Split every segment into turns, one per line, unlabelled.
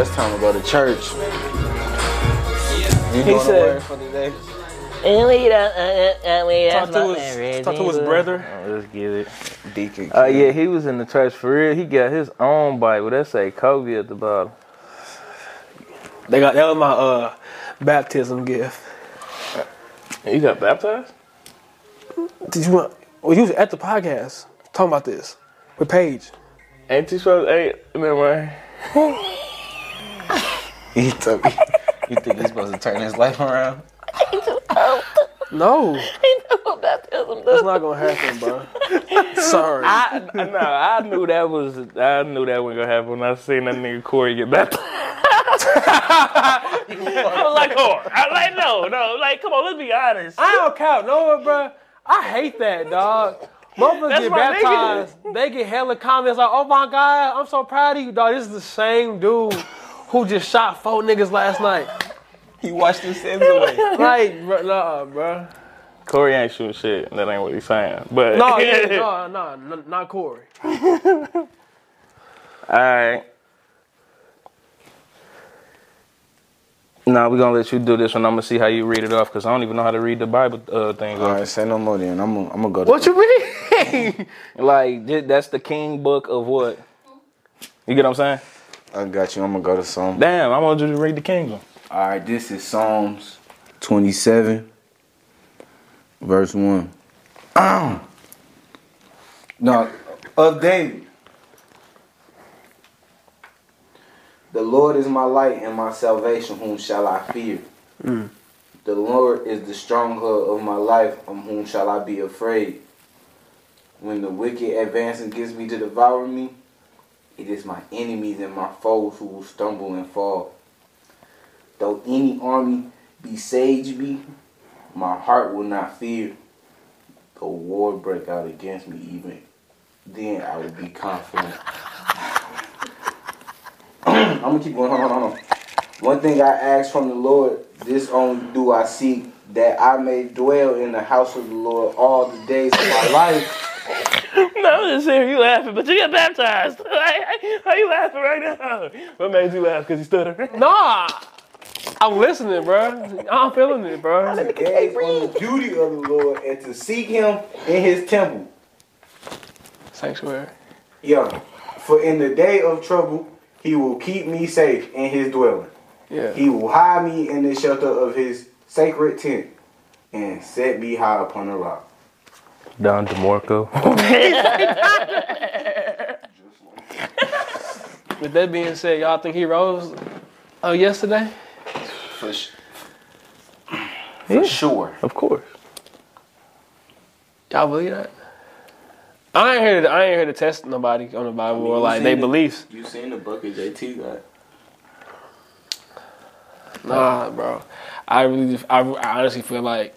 it's time to go to church. You
He
going to
said-
work for the day?
And we don't, uh, uh, uh, we
Talk to
don't fuck
his,
that
talk to his
reason.
brother.
Oh, let's get it.
Deacon.
Uh, yeah, he was in the trash for real. He got his own bike, but that say Kobe at the bottom.
They got that was my uh baptism gift.
You got baptized?
Did you want? Well, you was at the podcast talking about this with Paige.
Ain't you supposed to eight? Remember?
He took- you think he's supposed to turn his life around?
No,
Oh, baptism,
that's
though.
not gonna happen, bro. Sorry.
I no, I knew that was I knew that wasn't gonna happen when I seen that nigga Corey get baptized. I was like, oh, I was like, no, no, like, come on, let's be honest.
I don't count no one, bro. I hate that, dog. Motherfuckers
That's
get
my nigga.
baptized. They get hella comments like, "Oh my god, I'm so proud of you, dog." This is the same dude who just shot four niggas last night.
He washed his sins away.
Like, bruh, nah, bro.
Corey ain't shooting shit. That ain't what he's saying. But
No, yeah, no, no, n- not Corey.
All right. Nah, we're gonna let you do this one. I'm gonna see how you read it off because I don't even know how to read the Bible uh, thing.
All
off.
right, say no more then. I'm gonna I'm gonna go to
What you mean?
Like, th- that's the king book of what? You get what I'm saying?
I got you. I'm gonna go to Psalms.
Damn, I want you to read the kingdom.
All right, this is Psalms 27, verse 1. Ah. Now, of David. The Lord is my light and my salvation, whom shall I fear? The Lord is the stronghold of my life, of whom shall I be afraid? When the wicked advance against me to devour me, it is my enemies and my foes who will stumble and fall. Though any army besage me, my heart will not fear. Though war break out against me, even then I will be confident. I'm gonna keep going. Hold on, hold on. One thing I ask from the Lord, this only do I seek, that I may dwell in the house of the Lord all the days of my life.
No, I'm just saying you laughing, but you got baptized. How you laughing right now? Uh, What made you laugh? Because he stuttered.
nah, I'm listening, bro. I'm feeling it, bro.
To gaze on the beauty of the Lord and to seek Him in His temple.
Sanctuary.
Yeah. For in the day of trouble, he will keep me safe in his dwelling.
Yeah.
He will hide me in the shelter of his sacred tent and set me high upon a rock.
Don DeMarco.
With that being said, y'all think he rose? Oh, yesterday.
For, for sure.
Of course.
Y'all believe that? I ain't here. To, I ain't here to test nobody on the Bible or
you
like
seen
they
it.
beliefs.
You seen the bucket JT got?
Nah, bro. I really, just- I, I honestly feel like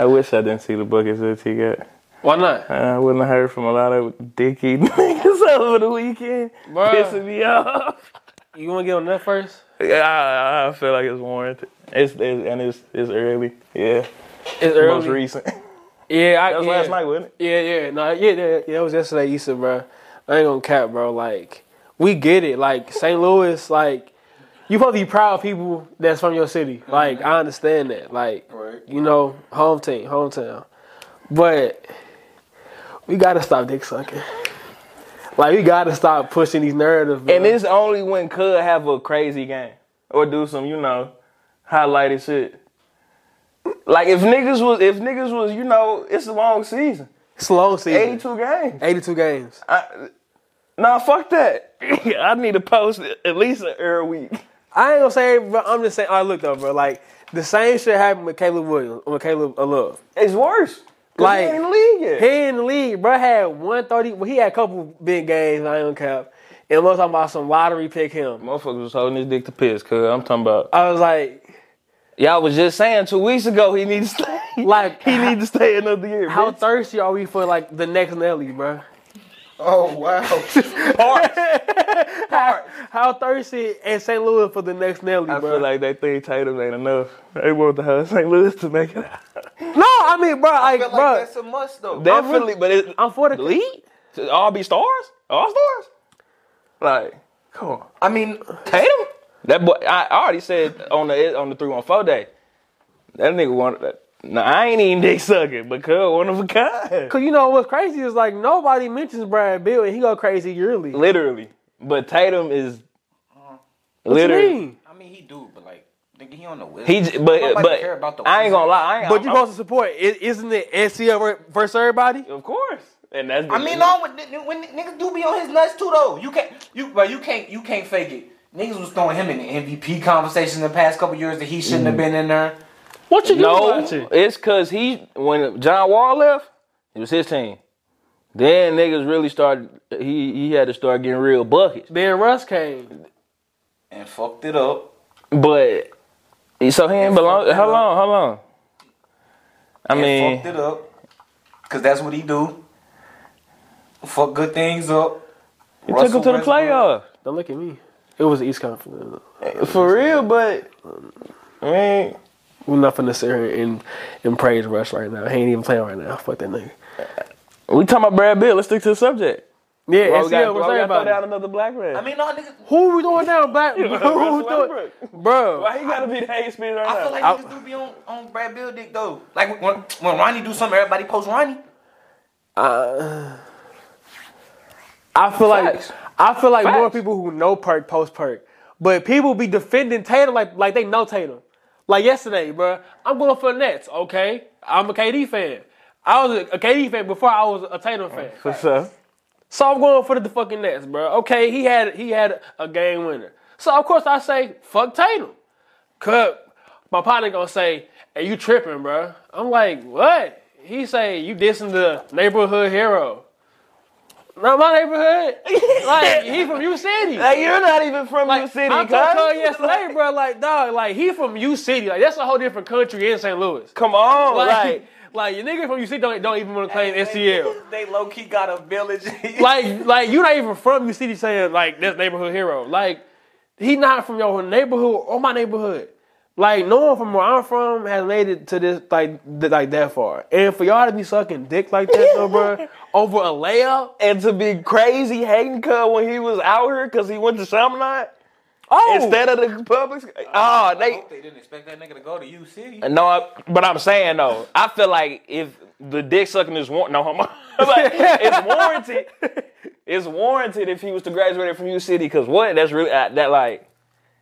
I wish I didn't see the buckets that he got.
why not,
I wouldn't have heard from a lot of dicky niggas over the weekend.
Bruh.
Pissing me off.
You want to get on that first?
Yeah, I, I feel like it's warranted. It's, it's and it's it's early. Yeah,
It's
most
early.
recent. That
Yeah, I,
was
yeah.
last night, wasn't it?
Yeah, yeah, no, yeah, yeah, yeah. It was yesterday, Issa, bro. I ain't gonna cap, bro. Like, we get it. Like, St. Louis, like, you supposed to be proud of people that's from your city. Like, I understand that. Like,
Right.
you know, home team, hometown. But we gotta stop dick sucking. Like, we gotta stop pushing these narratives. Bro.
And it's only when could have a crazy game or do some, you know, highlighted shit. Like if niggas was, if niggas was, you know, it's a long season,
it's long season.
eighty-two games.
82 games.
I, nah, fuck that. I need to post at least an air week.
I ain't gonna say, it, bro. I'm just saying, I look though, bro. Like, the same shit happened with Caleb Williams, with Caleb Love.
It's worse. Like
Like,
he ain't in the league yet.
He in the league, bro. Had one thirty. Well, he had a couple big games. I don't cap. And we're talking about some lottery pick him.
Motherfuckers was holding his dick to piss, cuz I'm talking about.
I was like,
Y'all was just saying two weeks ago he needs to stay.
like,
he need to stay another year.
how
bitch.
thirsty are we for like the next Nelly, bro?
Oh wow.
How thirsty is St. Louis for the next Nelly,
I
bro?
feel like they think Tatum ain't enough. They want the whole St. Louis to make it out.
no, I mean, bro, like, bro,
a must though.
Definitely, but it,
I'm for the
league? To all be stars? All stars? Like, come on.
I mean,
Tatum? That boy, I I already said on the on the three one four day. That nigga wanted that. Nah, I ain't even dick sucking, but cuz one of a kind.
Cause you know what's crazy is like nobody mentions Brad Bill and he go crazy yearly. What
Literally, but Tatum is
Uh-huh.
you
literally.
mean?
I mean, he do, but like, nigga, he on the wisdom.
He, j- but
Nobody
but
care about the
I ain't gonna lie. I ain't,
But you
I'm-
supposed to support? is isn't it SCL versus everybody?
I'm- of course, and that's.
I mean, no, when, when niggas do be on his nuts too, though. You can't, you, but you can't, you can't fake it. Niggas was throwing him in the MVP conversation the past couple years that he shouldn't have been in there.
What you
No,
watching?
it's cause he when John Wall left, it was his team. Then niggas really started. He he had to start getting real buckets.
Then Russ came.
And fucked it up.
But so he ain't belong.
fucked it
How
up.
long? How long? I
And
mean,
fucked it up. Cause that's what he do. Fuck good things up.
he took him to the playoff
Don't look at me. It was the East Conference.
for real. But I mean,
We're not finna sit here and, and praise Russ right now. He ain't even playing right now. Fuck that nigga.
we talking about Brad Bill. Let's stick to the subject.
Yeah,
Why we
SCL
gotta- why
versus
we gotta throw
everybody.
down another black man.
I mean, no, niggas.
Who we throwing down, black? Who
Russell
we throwing,
Westbrook.
bro?
Why he gotta be the hate speed right
I
now?
feel like niggas do be on, on Brad Bill dick though. Like when when Ronnie do something, everybody post Ronnie.
I feel like
Facts.
I feel like more
Facts.
people who know Perk post Perk, but people be defending Tatum like like they know Tatum. Like yesterday, bro, I'm going for the Nets. Okay, I'm a KD fan. I was a KD fan before I was a Tatum fan.
What's up?
So I'm going for the fucking Nets, bro. Okay, he had he had a game winner. So of course I say fuck Tatum. Cup, my partner gonna say, "Hey, you tripping, bro?" I'm like, "What?" He say, "You dissing the neighborhood hero." Not my neighborhood. like he from U City.
Like you're not even from your city,
I told
cuz.
her yesterday, bro. Like dog, like he from U City. Like that's a whole different country in St. Louis.
Come on,
Like,
like
like, your nigga from U City don't don't even want to claim STL.
They low key got a village.
like like you're not even from you city saying like this neighborhood hero. Like he not from your neighborhood or my neighborhood. Like no one from where I'm from has made it to this like th- like that far. And for y'all to be sucking dick like that, though, bro, over a layup.
and to be crazy hating cuz when he was out here cuz he went to Chaminade
Oh,
instead of the public.
ah,
Oh, they
they didn't expect that nigga to go to U City.
no, I, but I'm saying though, I feel like if the dick sucking is warranted, no, homo. like, it's warranted. It's warranted if he was to graduate from U City cuz what? That's really I, that like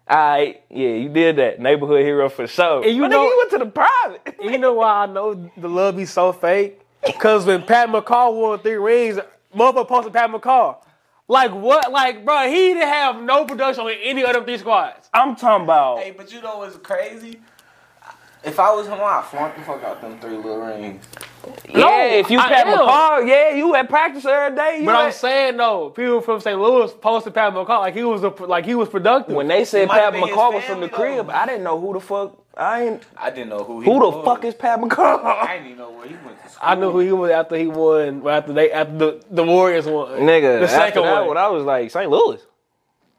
I yeah, you did that neighborhood hero for sure.
And you
My nigga,
know-
he went to the private.
you know why I know the love be so fake? Cause when Pat McCall won three rings, motherfucker posted Pat McCall. Like what? Like bro, he didn't have no production on any other three squads.
I'm talking about
Hey, but you know what's crazy? If I was him, I'd flaunt the fuck out them three little rings.
No,
yeah, if you
I
Pat
am.
McCall, yeah, you at practice every day. You
But I'm
at-
saying though, people from St. Louis posted Pat McCall like he was a, like he was productive.
when they said
might
Pat
be his
McCall was from the
family, though.
crib, I didn't know who the fuck. I ain't.
I didn't know who he
Who the
was.
fuck is Pat McCall?
I didn't even know where he went to school.
I knew who he was after he won, well, after they after the, the Warriors won.
Nigga,
the second
after that
one.
I was like St. Louis.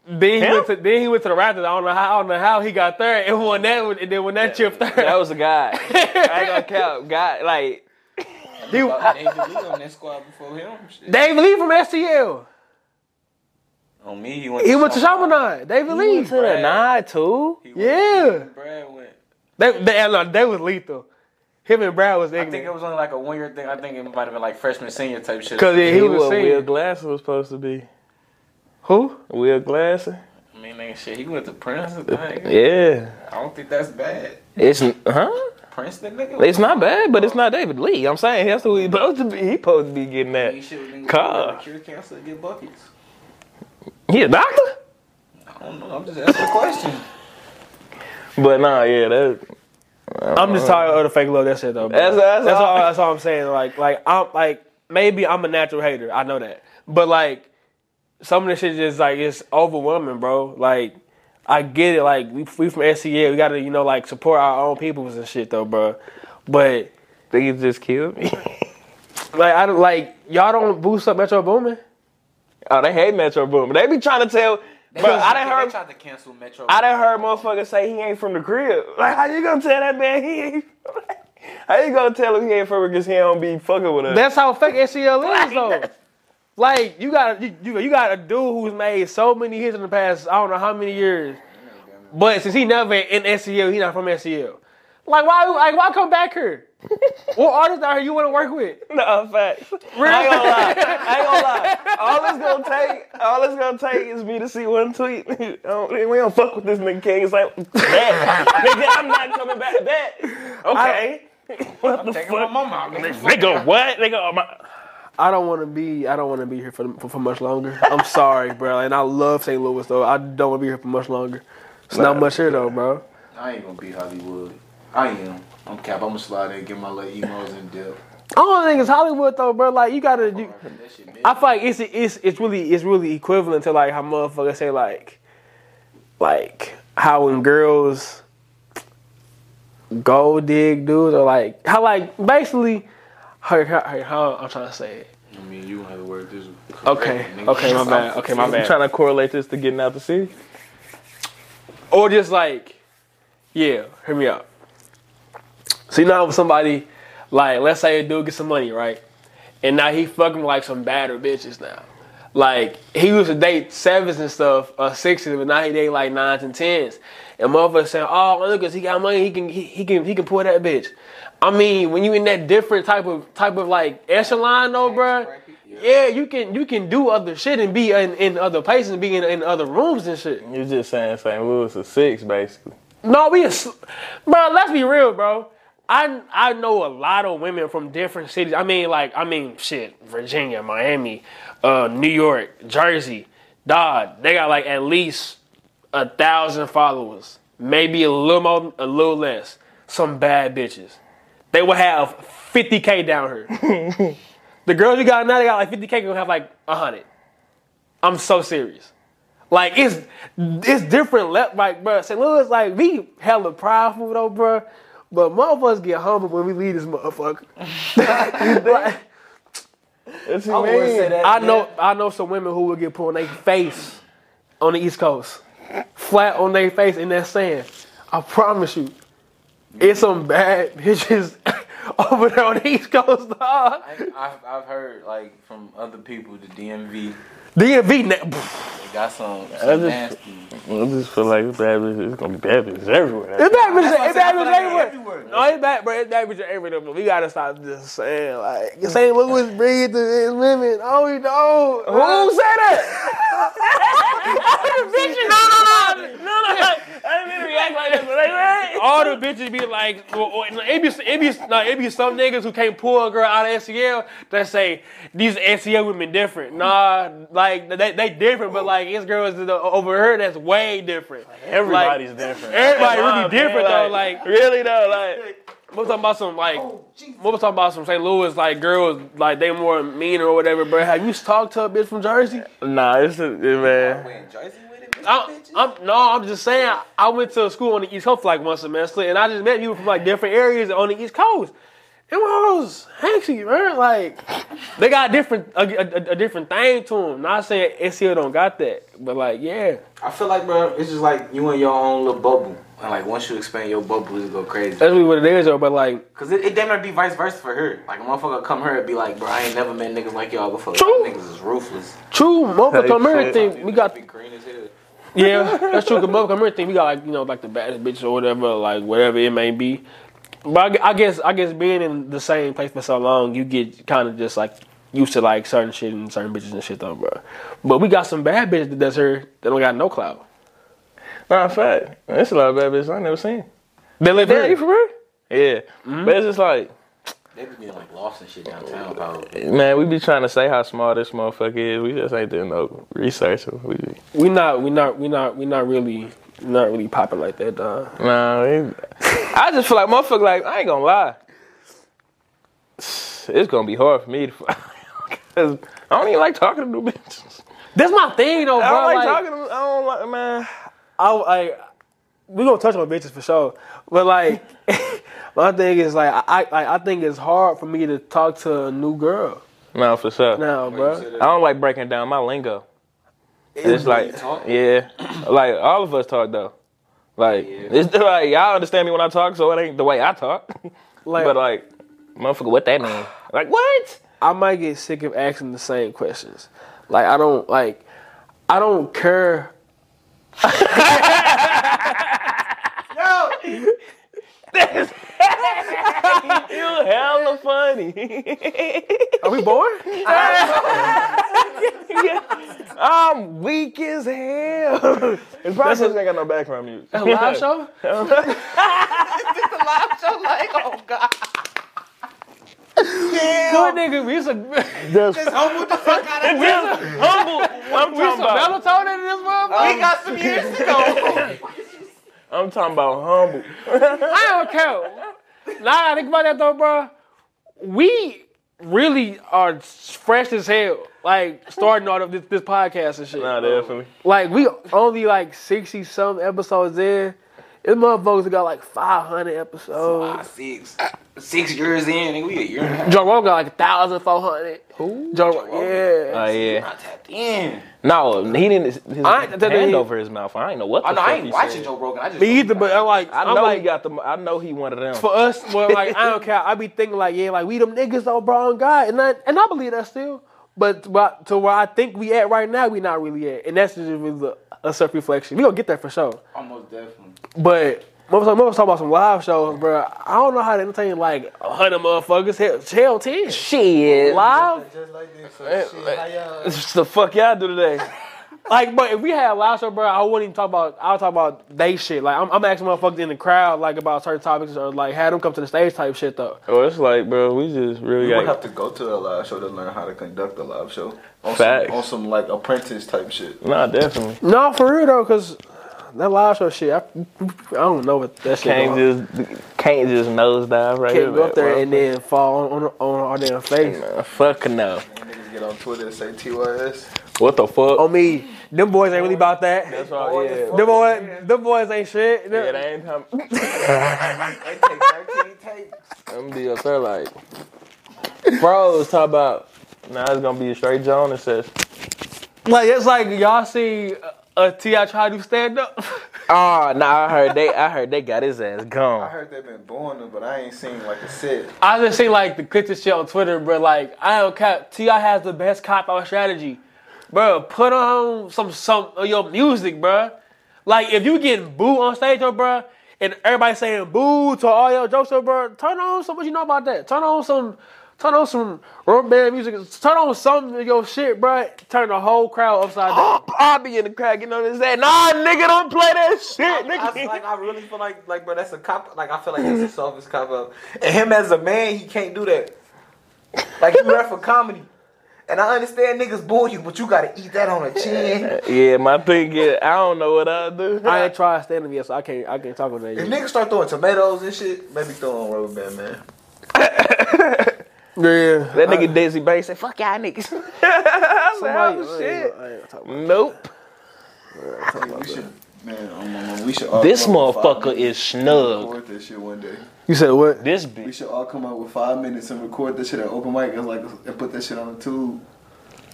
then he
Him?
went to then he went to the Raptors. I don't know how I don't know how he got third and won that, one, and then when that chip third,
That was a guy. I ain't gonna count. God, like
Uh, David Lee on that squad before him. Shit.
David Lee from STL.
On me, he went.
He went to
Chaminade.
Chaminade. David Lee.
to the nine too.
He went-
yeah,
Brad went.
they, they, no, they was lethal. Him and Brad was
I think it
ignorant
was only like a one year thing. I think it might have been like freshman senior type shit.
because yeah, he, was
Will
saying
Glasser was supposed to be.
who?
Will Glasser.
I mean, nigga, shit, he went to Princeton. nigga.
Yeah.
I don't think that's bad.
It's huh?
Princeton, nigga.
It's not bad, but it's not David Lee. I'm saying that's who he supposed to be. He supposed to be getting that.
He shit with niggas
Cuz.
that cure cancer and get buckets.
He a doctor?
I don't know. I'm just asking a question.
But nah, yeah, that
I'm just tired of the fake love. That's it though. bro.
That's- that's
all.
all.
That's all I'm saying. Like like I'm like maybe I'm a natural hater. I know that, but like some of this shit just like it's overwhelming, bro. Like I get it. Like we, we from SCA, we gotta you know like support our own peoples and shit though, bro. But
They just killed me.
like I don't like y'all don't boost up Metro Boomin.
oh, they hate Metro Boomin. They be trying to tell. Bro, I done heard.
tried to cancel Metro.
I done heard motherfuckers say he ain't from the crib. Like, how you gonna tell that man he ain't? from- How you gonna tell him he ain't from it because he don't be fucking with us?
That's how fake E SCL is though. Like you got you, you got a dude who's made so many hits in the past I don't know how many years. But since he never in SEL, he not from SEL. Like why? Like why come back here? what artists out here you want to work with?
No, facts. I ain't gonna lie. I ain't gonna lie. All it's gonna take, all it's gonna take is me to see one tweet. I don't- we don't fuck with this nigga King. It's like that. nigga, I'm not coming back. That. Okay. what the fuck? Nigga, what? Nigga, oh my.
I don't want to be. I don't want to be here for, for for much longer. I'm sorry, bro. And I love St. Louis though. I don't want to be here for much longer. It's not much here though, bro.
I ain't gonna be Hollywood. I am. I'm cap. I'm gonna slide in, get my little emos and dip.
I don't think it's Hollywood though, bro. Like you gotta. You,
That shit mid.
I feel like it's it's it's really it's really equivalent to like how motherfuckers say like, like how when girls go dig dudes or like how like basically how, how, how I'm trying to say it.
I mean, you gonna have to work this. correct,
Okay,
nigga.
okay, my bad. Okay, my bad.
to correlate this to getting out the city.
or just like, yeah, hear me out. So you know how somebody, like, let's say a dude gets some money, right? And now he fucking like some badder bitches now. Like he used to date sevens and stuff, uh sixes, but now he date like nines and tens. And motherfuckers saying, "Oh, look, cause he got money, he can he, he can he can pull that bitch." I mean, when you in that different type of type of like echelon though, bruh, yeah, you can you can do other shit and be in, in other places and be in, in other rooms and shit.
You're just saying St. Louis is six, basically.
No, we, a sl- bro. Let's be real, bro. I I know a lot of women from different cities. I mean, like, I mean, shit, Virginia, Miami, uh, New York, Jersey. Dog, they got like at least a thousand followers, maybe a little more, a little less. Some bad bitches. They will have 50k down here. the girls you got now, they got like 50k. Gonna have like hundred. I'm so serious. Like it's it's different. Le- like bro, St. Louis, like we hella prideful though, bro. But motherfuckers get humble when we leave this motherfucker. Like,
What you
I wouldn't say that.
I know I know some women who will get put on their face on the East Coast, flat on their face in that sand. I promise you, it's some bad bitches over there on the East Coast, dog.
I've, I've heard like from other people the DMV
DMV, na-
they got some, some
Other-
nasty.
I just feel like it's bad bitches. It's gonna be bad bitches everywhere.
It's bad bitches.
what I'm saying.
It's bad bitches
I feel like
everywhere.
it's everywhere.
No, it's bad, bro. It's bad bitches everywhere. But we gotta stop just saying like St. Louis breeds to his women. Oh, we know. Who said that? All the bitches. No, no, no, no, no.
I didn't mean to react like this, but like, what?
All the bitches be like, well, well, it be, it be, no, it be some niggas who can't pull a girl out of SEL that say these SEL women different. Nah, like they, they different, but like it's girls that are over here that's way different.
Everybody's
Like, eh,
different.
Everybody
Nah,
really
man,
different though. Like
really though, like
What was talking about some like what was talking about some St. Louis like girls like they more mean or whatever, bro. Have you talked to a bitch from Jersey?
nah, it's a, yeah, man.
Wait, Jersey with it?
I'm, I'm no, I'm just saying I went to school on the East Coast for like one semester and I just met people from like different areas on the East Coast. And one of those hanky, man, like they got different a, a- a- a different thing to them. Not saying SEL don't got that, but like yeah,
I feel like, bro, it's just like you in your own little bubble. And like once you expand your bubble, it go crazy.
that's really what it is. though, But like
Cause it, it damn near be vice versa for her. Like a motherfucker come her and be like, bro, I ain't never met niggas like y'all before.
True.
Y'all Niggas is ruthless.
true, motherfucker,
Hey,
come here and
shit.
think we got
be green as hell.
Yeah, that's true. Cause motherfucker, everything we got like you know like the baddest bitches or whatever, like whatever it may be. But I gu- I, guess I guess being in the same place for so long, you get kind of just like used to like certain shit and certain bitches and shit though, bro. But we got some bad bitches that does her that don't got no clout.
Nah, fact. It's a lot of bad bitches I never seen.
They live
Yeah, you
here.
for real? Yeah, but it's just like.
They be being like lost and shit downtown, probably.
Man, we be trying to say how small this motherfucker is. We just ain't doing no research. We be,
We not we not we not we not really not really popping like that, dog.
nah, we- I just feel like motherfucker. Like I ain't gonna lie, it's gonna be hard for me to. Cause I don't even like talking to new bitches.
That's my thing though, bro.
I don't like,
like-
talking to. I don't like man.
I like we gonna touch on bitches for sure, but like my thing is like I I, I think it's hard for me to talk to a new girl
No, for sure.
now, bro.
I don't like breaking down my lingo. It's like,
talk?
yeah, like all of us talk though. Like it's like y'all understand me when I talk, so it ain't the way I talk.
Like,
but like, motherfucker, what that mean? Like what?
I might get sick of asking the same questions. Like I don't like I don't care.
you hella funny.
Are we born?
I'm weak as hell. It's probably because I got no background music.
A live show?
oh,
Good nigga, we used to we
Just humble. I'm
used to
talking about.
melatonin in this motherfucker.
We got some years to go.
I'm talking about humble.
I don't care. Now I think about that though, bro. We really are fresh as hell. Like starting out of this, this podcast and shit.
Nah, definitely.
Like we only like sixty some episodes in. This motherfuckers got like five hundred episodes.
Six, six years in, and we a year and a half
Joe Rogan got like thousand four hundred. Who? Joe Rogan. Yeah.
Oh yeah.
not tapped in.
No, he didn't. His
I-
hand
that- that-
over his mouth. I ain't know what. The
Oh no,
fuck
I ain't
he
watching
said.
Joe Rogan. I just
Me either, but I'm like,
I
I'm
know
like,
he got the. I know he one of them.
for us, well, like I don't care. I be thinking like, yeah, like we them niggas though, bro, on God, and I and I believe that still. But, but to where I think we at right now, we not really at, and that's just really a, self reflection. We gonna get there for sure.
almost definitely.
But most of talking about some live shows, bro. I don't know how to entertain like a hundred motherfuckers. Hell, hell ten
Shit.
live.
Just like this. So shit, how y'all-
What the fuck y'all do today?
Like, but if we had a live show, bro, I wouldn't even talk about. I'll talk about they shit. Like, I'm, I'm asking motherfuckers in the crowd like about certain topics or like had them come to the stage type shit though.
Oh, it's like, bro, we just really
You would
got.
have to go to a live show to learn how to conduct a live show. On
Facts.
some, on some like apprentice type shit.
Nah, definitely.
No, for real though, cause that live show shit, I, I don't know what that shit.
Can't
Can't, just,
just can't just nosedive right here.
can't go up there
man.
and then fall on on, on our damn face.
Nah, Fuck no.
Niggas get on Twitter and say TYS.
What the fuck?
On me, them boys ain't really about that. Them
That's all. Yeah.
boys, them boys ain't shit.
Yeah, they ain't time.
They take 13 takes.
I'm be up there like, bro, let's talk about. Now it's gonna be a straight Jonas session.
Like it's like y'all see uh, a, a Ti try to stand up.
Oh, nah, I heard they, I heard they got his ass
I
gone.
heard they been booing them, but I ain't seen like a set.
I just see like the clips and shit on Twitter, bro. Like I don't cap. Ti has the best cop out strategy, bro. Put on some some of your music, bro. Like if you getting boo on stage, though, bro, and everybody saying boo to all your jokes, though, bro. Turn on some. What you know about that? Turn on some. Turn on some rock band music. Turn on some of your shit, bro. Turn the whole crowd upside down.
I'll be in the crowd getting on his ass. Nah, nigga, don't play that shit,
I,
nigga.
like, I really feel like, like, bro, that's a cop. Like, I feel like that's a selfish cop up. And him as a man, he can't do that. Like, you rap for comedy, and I understand niggas boo you, but you gotta eat that on the chin.
Yeah, my thing is, I don't know what I do.
I ain't tried standing yet, so I can't. I can't talk about that.
If
Yet.
niggas start throwing tomatoes and shit, maybe throw on rubber band, man.
Yeah.
that nigga Dizzy Bates said, "Fuck y'all niggas." I said, "Oh shit." Nope.
We should, man, oh, my, my, we should all
This
come up with five
motherfucker
minutes
is
and
snug.
Record this shit one day.
You said what?
This
We
bitch.
should all come up with five minutes and record this shit at open mic and like and put that shit on the tube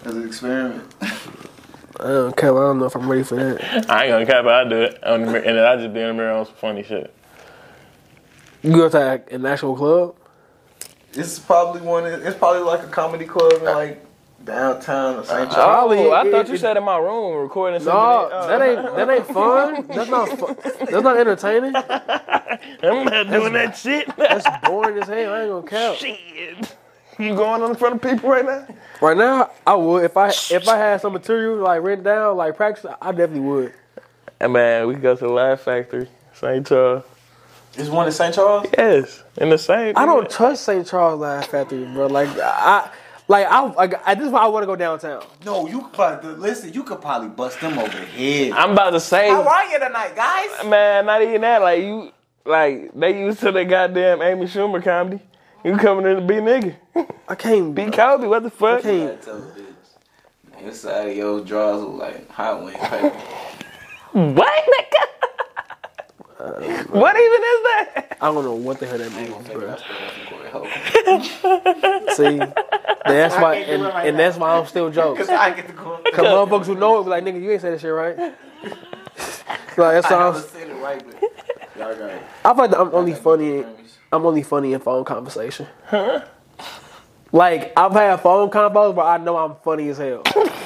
as an experiment.
I don't care. I don't know Uh, if I'm ready for that.
I ain't gonna cap it. I do it, on the mirror, and then I just be in the mirror on some funny shit.
You go to like, an actual club?
It's probably one. It's probably like a comedy club in like downtown or St. Charles.
Probably,
Oh, I
it-
thought you
it-
said in my room recording something.
No, that ain't that ain't fun. That's not fun. That's not entertaining.
I'm not doing that shit.
That's boring as hell. I ain't gonna count.
shit. You going on in front of Uh-huh. people right now?
Right now, I would if I if I had some material like written down, like practice, I definitely would.
Hey man, we go to the Laugh Factory, St. Charles.
It's one in St. Charles.
Yes, in the same.
I don't trust St. Charles Laugh Factory, bro. Like I, like I, like, at this point, I want to go downtown.
No, you but listen, you could probably bust them over the head.
I'm about to say,
How are you tonight, guys?
man, not even that. Like you, like they used to the goddamn Amy Schumer comedy. You coming in to be nigga,
I can't
be
be.
Kobe? What the fuck?
Can't.
Inside of your drawers look like hot wing paper.
What nigga? what even is that?
I don't know what the hell that means, bro. See, that's why, and, and that's why I'm still joking.
I get to go.
Cause motherfuckers who know it be like, nigga, you ain't say that shit right. like that sounds.
said it right, but y'all got it.
I feel like I'm only funny. I'm only funny in phone conversation. Like I've had phone combos where I know I'm funny as hell.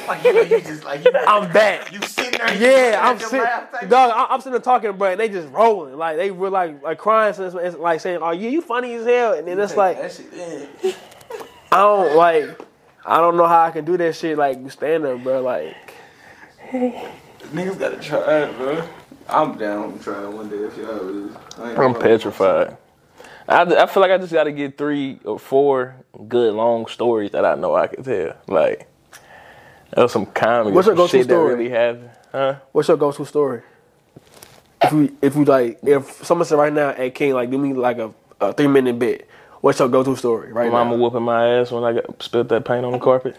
Like you know, you just like you,
I'm that.
you sitting there.
Yeah, I'm
just
sitting, dog. I- I'm sitting there talking, bro, and they just rolling, like they were like like crying, so it's, it's like saying, "Oh, yeah, you funny as hell," and then it's like
that shit. Yeah.
I don't like, I don't know how I can do that shit like stand up, bro. Like,
Niggas gotta try it, bro. I'm down with trying one day if y'all really. I ain't
I'm
gonna-
petrified. I, I feel like I just got to get three or four good long stories that I know I can tell. Like, there's some comedy,
What's
What's
your go-to
some shit
story?
that really happened. Huh?
what's your go-to story? If we if we like if someone said right now, "Hey King, like do me like a, a three minute bit," what's your go-to story right
Mama
now?
whooping my ass when I got spilled that paint on the carpet.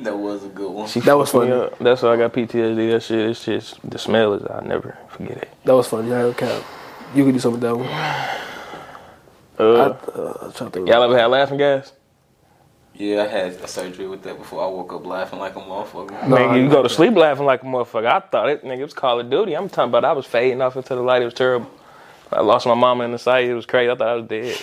That was a good one.
She
That was
fucked me
funny.
up. That's why I got PTSD. That shit, it's just the smell is. I'll never forget it.
That was funny. I don't count. You can do something with that one.
Uh,
Uh, I'm trying to think.
y'all ever had laughing gas?
Yeah, I had a surgery with that before. I woke up laughing like a motherfucker.
No, I
nigga, you
know.
go to sleep laughing like a motherfucker. I thought it, nigga, it was Call of Duty. I'm talking about I was fading off into the light. It was terrible. I lost my mama in the sight. It was crazy. I thought I was dead.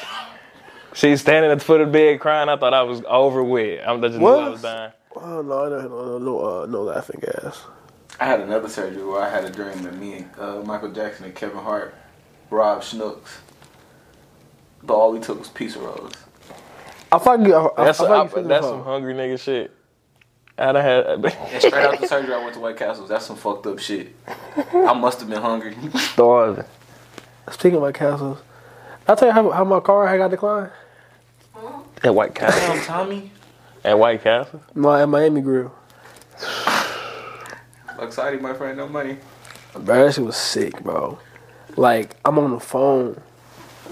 She's standing at the foot of the bed crying. I thought I was over with. I'm just knew I
What?
was dying.
Oh no, I don't no no no, uh, no laughing gas.
I had another surgery where I had a dream that me and uh, Michael Jackson and Kevin Hart robbed Schnooks. But all we took was pizza rolls.
I fucking I, I,
That's,
I,
I-
fuck you
that's some hungry nigga shit. I done had
And straight after surgery, I went to White Castles. That's some fucked up shit. I must have been hungry.
starving.
Speaking of my castles, I tell you how, how my car had got declined.
At White Castle.
Damn, Tommy.
At White Castle.
My at Miami Grill,
Excited, my friend. No money.
bro, that shit was sick, bro. Like I'm on the phone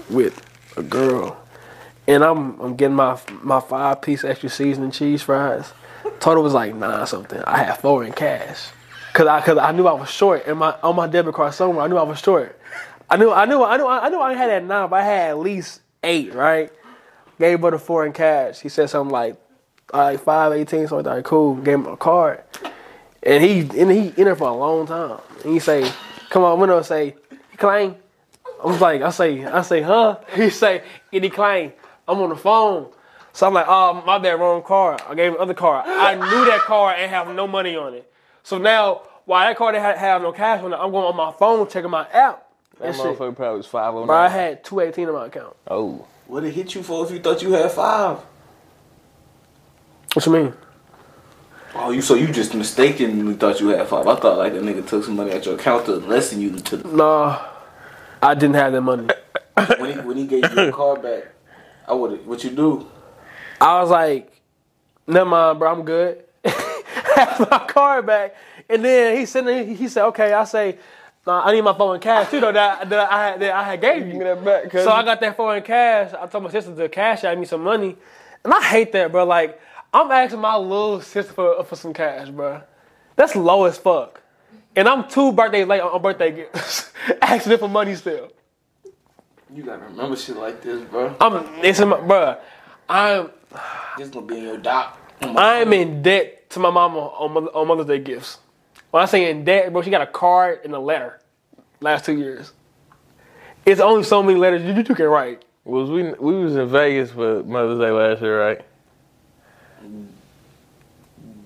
with a girl, and I'm I'm getting my my five piece extra seasoning cheese fries. Total was like nine something. I had four in cash, cause I cause I knew I was short, and my on my debit card somewhere I knew I was short. I knew I knew I knew I knew I had that nine, but I had at least eight, right? Gave her the four in cash. He said something like, all right, five eighteen, something like, that. cool. Gave him a card, and he and he in there for a long time. And he say, come on, window, say, clang. I was like, I say, I say, huh? He say, and he clang. I'm on the phone. So I'm like, oh, my bad, wrong car. I gave him the other car. I knew that car and have no money on it. So now, while that car didn't have, have no cash on it, I'm going on my phone checking my app.
That
and shit.
motherfucker probably was 509.
Bro, I had 218 in my account.
oh.
What it hit you for if you thought you had five?
What you mean?
Oh, you so you just mistakenly thought you had five. I thought like that nigga took some money out your account to lessen you to the
Nah, I didn't have that money.
when he when he gave you the car back. I would what you do?
I was like, never mind, bro, I'm good. Have my card back. And then he said, he said, okay, I say, nah, I need my phone in cash too, though, that, that, I, had, that I had gave you.
Give me that back, cuz.
So I got that phone in cash. I told my sister to cash out me some money. And I hate that, bro. Like, I'm asking my little sister for, for some cash, bro. That's low as fuck. And I'm two birthdays late on on birthday gifts, asking them for money still.
You gotta remember shit like this, bro.
I'm, it's in my, bruh, I'm,
This gonna be in your doc.
I'm in debt to my mama on, Moth- on Mother's Day gifts. When I say in debt, bro, she got a card and a letter. Last two years, it's only so many letters you, you can write.
Was we we was in Vegas for Mother's Day last year, right?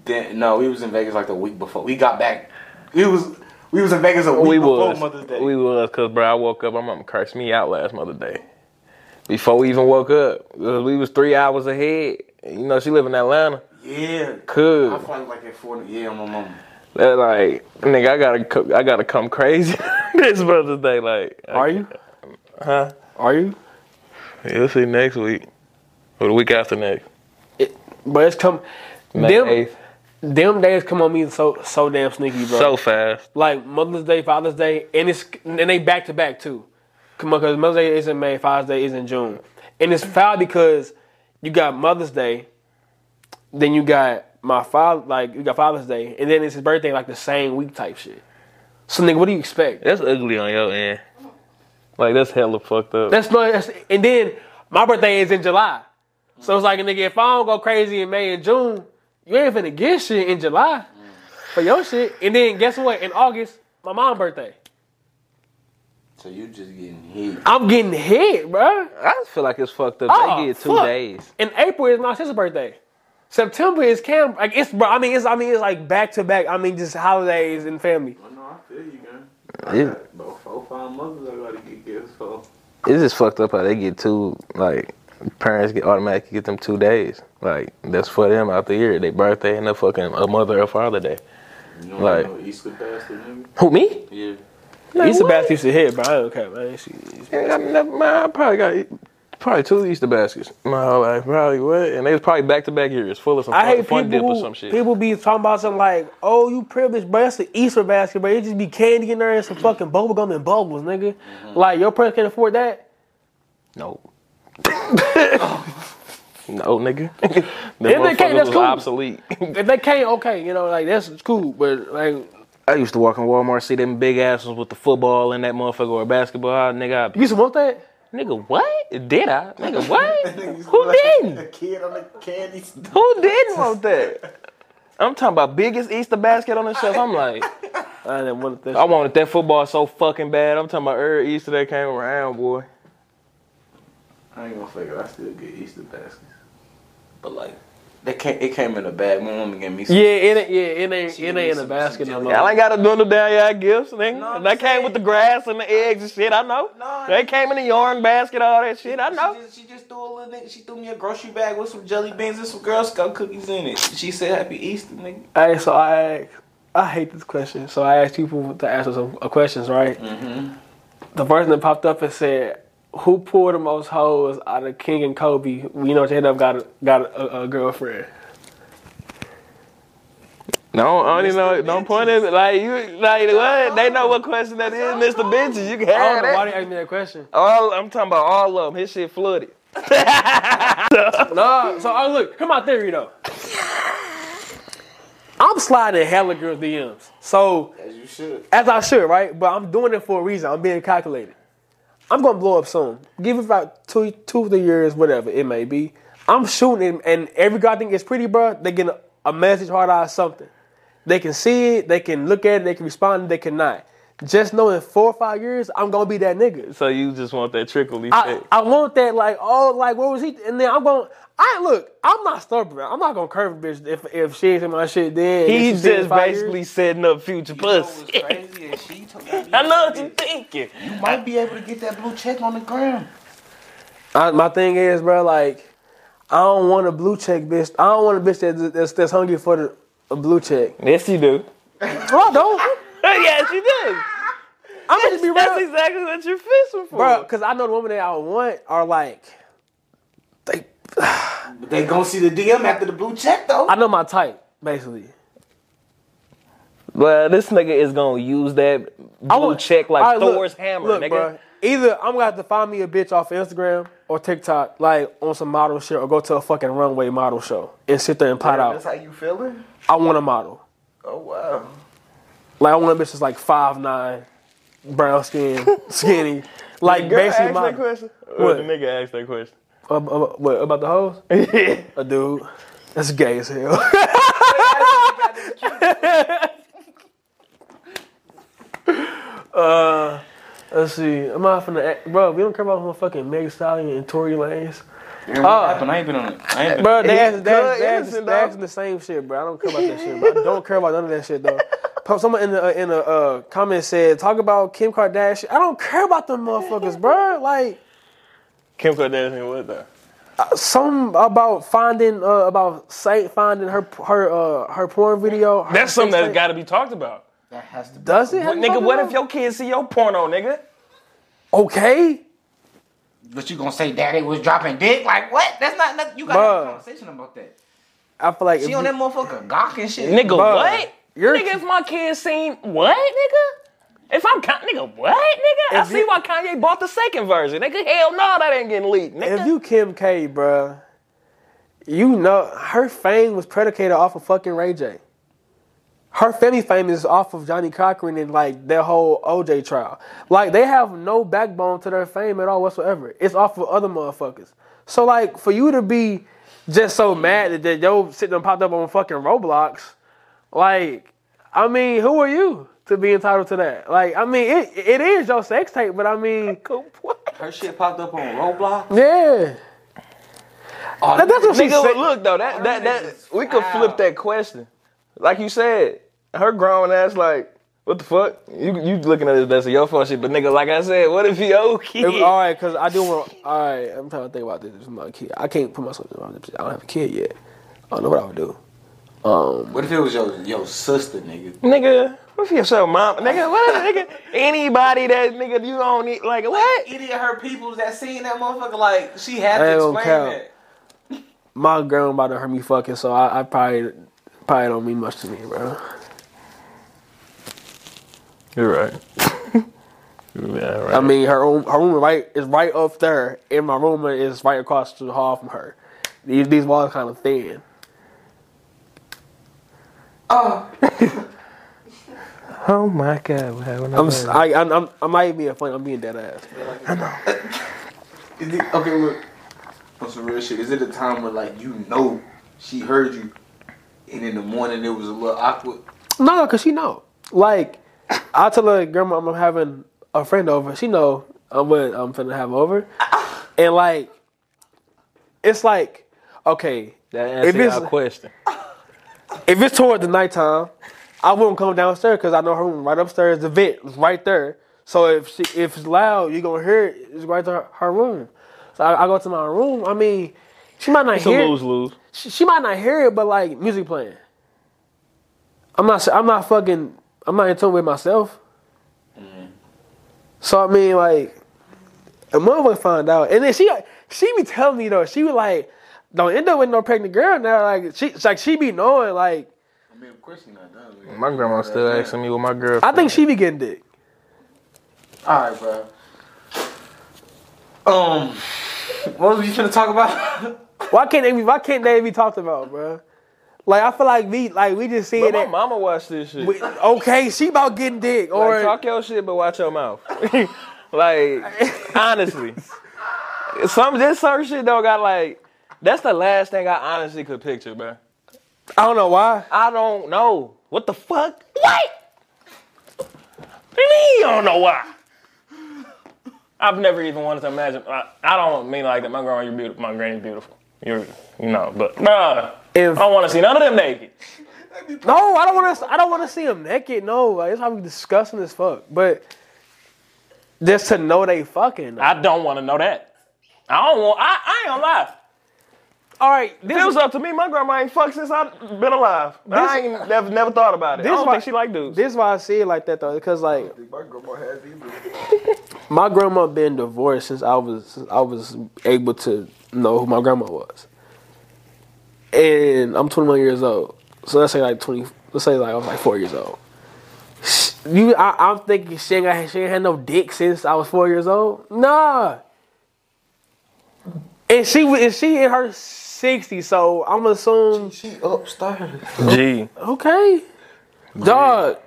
Then, no, we was in Vegas like the week before. We got back. We was we was in Vegas a week
we
before
was.
Mother's Day.
We was, cause bro, I woke up. My mom cursed me out last Mother's Day. Before we even woke up, 'cause we was three hours ahead. You know, she live in Atlanta.
yeah. I
Cool.
fought like at four. Yeah, my mom.
That like, nigga, I gotta, co- I gotta come crazy this Mother's Day. Like, I-
Are you?
Huh?
Are you?
You'll see next week or the week after next.
It, but it's come.
May
them,
8th.
them days come on me so so damn sneaky, bro.
So fast.
like Mother's Day, Father's Day, and it's and they back to back too. Come on, because Mother's Day is in May, Father's Day is in June, and it's foul because you got Mother's Day, then you got my father, like you got Father's Day, and then it's his birthday, like the same week type shit. So nigga, what do you expect?
That's ugly on your end. Like that's hella fucked up.
That's not. That's, and then my birthday is in July, so it's like nigga, if I don't go crazy in May and June, you ain't finna get shit in July for your shit. And then guess what? In August, my mom's birthday.
So you just getting hit.
I'm getting hit, bruh.
I just feel like it's fucked up.
Oh,
they get two
fuck.
days.
And April is my sister's birthday. September is Cam. Like it's, bro. I mean, it's. I mean, it's like back to back. I mean, just holidays and family.
Well, Oh, no, I feel you, man.
Yeah.
About four, five mothers I gotta get gifts for.
It's just fucked up how they get two like parents get automatically get them two days. Like that's for them out the year, their birthday and their fucking a mother or father day.
You know
Like-
like, no Easter bastard, nigga?
Who me?
Yeah.
Like,
Issa
what?
Bass used to hit, bro. I don't care, man. She,
Yeah, I, never, man, I probably got probably two Easter baskets my whole life. Probably what? And they was probably back to back years, full of some
I
fun,
hate
fun
people.
dip or
Who,
some shit.
People be talking about something like, "Oh, you privileged, bro. That's an Easter basket, bro. It just be candy in there and some fucking bubble gum and bubbles, nigga.
Mm-hmm.
Like your parents can't afford that.
No. no, nigga. the
If they can't, that's
was
cool.
obsolete.
If they can't, okay, you know, like that's cool. But like,
I used to walk in Walmart, see them big asses with the football and that motherfucker or basketball. Ah, Nigga, I,
you used to want that?
nigga, what? Did I? Nigga, what? Who
Who
didn't?
A kid on the candy store.
Who didn't want that? I'm talking about biggest Easter basket on the shelf. I'm like,
I didn't want that.
I wanted that football so fucking bad. I'm talking about every Easter that came around, boy.
I ain't gonna fake it. I still get Easter baskets. But like, they came, it came in a bag. My mom gave me some.
Yeah, it ain't. Yeah, it ain't. It
give me
ain't in a
some-
basket
some
no
jelly.
more.
Y'all ain't gotta dwindle down y'all gifts, nigga.
No, I'm
they came
saying-
with the grass and the eggs and shit. I know.
No,
they came in a yarn basket, all that shit. I know.
She just, she just threw a little nigga. She threw me a grocery bag with some jelly beans and some Girl Scout cookies in it. She said, "Happy Easter, nigga."
Hey, so I asked, I hate this question. So I asked people to answer some uh, questions, right? The person that popped up and said, "Who pulled the most hoes out of King and Kobe?" You know, they end up got a, got a, a girlfriend.
No, I don't even know. Don't point at it. Like you, like what? They know what question that is, Mr. Bitches. You can
I don't
have
know why they
that.
asked me that question.
All I'm talking about, all of them. His shit flooded.
No, so oh look, here's my theory though. I'm sliding hella girl DMs. So
As you should.
as I should, right? But I'm doing it for a reason. I'm being calculated. I'm gonna blow up soon. Give it about two, two, three years, whatever it may be. I'm shooting, and every girl I think is pretty, bruh, They get a, a message, hard eye, something. They can see it, they can look at it, they can respond, they cannot. Just know in four or five years, I'm gonna be that nigga.
So you just want that trickly
I,
shit.
I want that like oh like what was he and then I'm going I look I'm not stubborn I'm not gonna curve a bitch if if she ain't in my shit then
He
and she sitting
just
five
basically
years.
setting up future pussy.
crazy as she told me.
I know what you're thinking.
You might be able to get that blue check on the ground.
I, my thing is bro like I don't want a blue check bitch I don't want a bitch that, that's that's hungry for the a blue check
Yes, you do.
no I don't
yes, you do.
I'm just be
That's
real
exactly what you're fishing for.
bro because I know the women that I want are like they
But they gonna see the DM after the blue check though.
I know my type basically
Well, this nigga is gonna use that
I
blue
want-
check like
Alright, look,
Thor's hammer,
look,
nigga.
bruh, Either I'm gonna have to find me a bitch off of Instagram or TikTok, like on some model shit, or go to a fucking runway model show and sit there and pot
That's
out.
how you feeling?
I want a model.
Oh wow.
Like I want a bitch that's like five nine, brown skin, skinny, like
Girl,
basically
ask that
model.
question. Or
What?
The nigga asked that question.
Ab- ab- what about the hoes? a dude. That's gay as hell. uh, let's see. I'm not finna act, bro. We don't care about fucking Meg Stallion and Tory Lanez.
Damn, what
Ah.
happened? I ain't been on it. I ain't been.
Bro, they ask,
It's
they ask, they
good
ask,
innocent,
they
dog.
ask the same shit, bro. I don't care about that shit. Bro. I don't care about none of that shit, though. Po- Someone in the in the uh, comment said, "Talk about Kim Kardashian." I don't care about them motherfuckers, bro. Like uh,
Kim Kardashian was though.
some about finding uh, about say, finding her her uh, her porn video. her
That's something
sex
that's
tape.
got to be talked about.
That has to. Be.
Does it? have
Nigga,
fucking
what
love?
if your kids see your porno, nigga?
Okay.
But you gonna say daddy was dropping dick? Like what? That's not nothing. You gotta
Bruh.
have a conversation about that.
I feel like if
She on
you-
that motherfucker gawk and shit.
Nigga,
Bruh,
what?
you're-
Nigga, if my kids seen what, nigga? If I'm Ka- nigga, what, nigga? I
If
see
you-
why Kanye bought the second version. Nigga, hell no, that ain't getting leaked. Nigga,
if you Kim K, bruh, you know her fame was predicated off of fucking Ray J. Her family fame is off of Johnny Cochran and like their whole OJ trial. Like they have no backbone to their fame at all whatsoever. It's off of other motherfuckers. So like for you to be just so mad that- that yo sitting and popped up on fucking Roblox, like I mean, who are you? to be entitled to that. Like, I mean, it it is your sex tape, but I mean,
Her shit popped up on Roblox.
yeah. That- that's what she
Nigga,
said.
look though, that that that
niggas
we could flip that question. Like you said, her grown ass like, what the fuck? You you looking at this best of your phone shit, but nigga, like I said, what if he old kid?
If- all right, because I do want. All right, I'm trying to think about this. This is my kid. I can't put myself in my position. I don't have a kid yet. I don't know what I would do. Um,
What if it was your your sister, nigga?
Nigga, what if you have some mom? Nigga, what if nigga anybody that nigga you don't need like what?
Any of her peoples that seen that motherfucker, like she had
I
to
ain't gonna
explain
count.
that.
my girl about to hurt me fucking, so I, I probably probably don't mean much to me, bro.
You're right. yeah, right.
I mean, her room, her room right is right up there, and my room is right across the hall from her. These, these walls kind of thin.
oh my god, what happened?
I'm, s- I, am I'm, I'm not even being funny. I'm being dead ass.
Is it, okay, look. On some real shit, is it a time where like you know she heard you, and in the morning it was a little awkward?
No, cause she know. Like, I tell her grandma I'm having a friend over. She know I'm what I'm finna have over, and like, it's like, okay,
That
If
answers
it's-
our question.
if it's toward the nighttime, I won't come downstairs because I know her room right upstairs. The vent is right there. So if she, if it's loud, you gonna hear it. It's right to her, her room. So I, I go to my room. I mean, she might not
It's a
hear.
lose lose.
She, she might not hear it, but like music playing. I'm not. I'm not fucking. I'm not in tune with myself.
Mm-hmm.
So I mean, like, a motherfucker find out, and then she she be telling me though. She be like, "Don't end up with no pregnant girl now." Like she like she be knowing. Like
I mean, of course you're not done. with it.
My grandma still asking me what my girl.
I think she be getting dick.
All right, bro. Um, what was you gonna talk about?
Why can't they be? Why can't they be talked about, bro? Like I feel like we like we just seeing
my
that.
mama watch this shit.
we- okay, she about getting dick
Like,
or
talk your shit, but watch your mouth. like, honestly, some this certain shit though got like. That's the last thing I honestly could picture, man.
I don't know why.
I don't know what the fuck. What? What do you mean you don't know why? I've never even wanted to imagine. I, I don't mean like that. My grandma, you're beautiful. My granny's beautiful. You're, you know, but bruh,
If
I don't want to see none of them naked.
no, Oh, I don't want to. I don't want to see him naked. No, like it's probably disgusting as fuck. But just to know they fucking.
I don't want to know that. I don't want. I, I ain't gonna lie.
all right,
If
this
it was up to me, my grandma ain't fucked since I've been alive. I ain't never, never thought about it. I
this
don't
why-
think she like dudes.
This is why I see it like that though, because like
My grandma had these.
my grandma been divorced since I was since I was able to know who my grandma was, and I'm 21 years old. So let's say like 20. Let's say like I was like four years old. Sh- You, I, I'm thinking she ain't, got, she ain't had no dick since I was four years old. Nah. And she wa- and she in her 60s, so I'm assuming
She upstairs.
Gee,
Okay. Dog,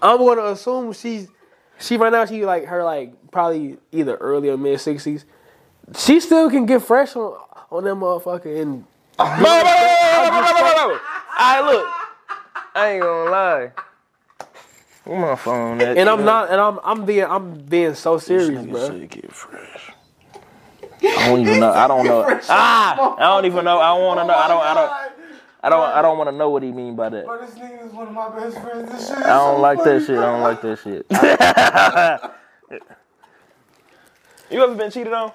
I'm gonna assume she's she right now she like her like probably either early or mid sixties. She still can get fresh on on that motherfucker and
Bro, bro, bro, bro, bro, bro, bro, bro, bro. I look. I ain't gonna lie. Where my phone at?
and I'm not and I'm I'm being I'm being so serious, bro.
get fresh. I don't even know. I don't know. Ah, I don't even know. I don't want to know. I don't. I don't. I don't. I don't want to know what he mean by that.
This nigga is one of my best friends. This shit.
I don't like that shit. I don't like that shit. you ever been cheated on?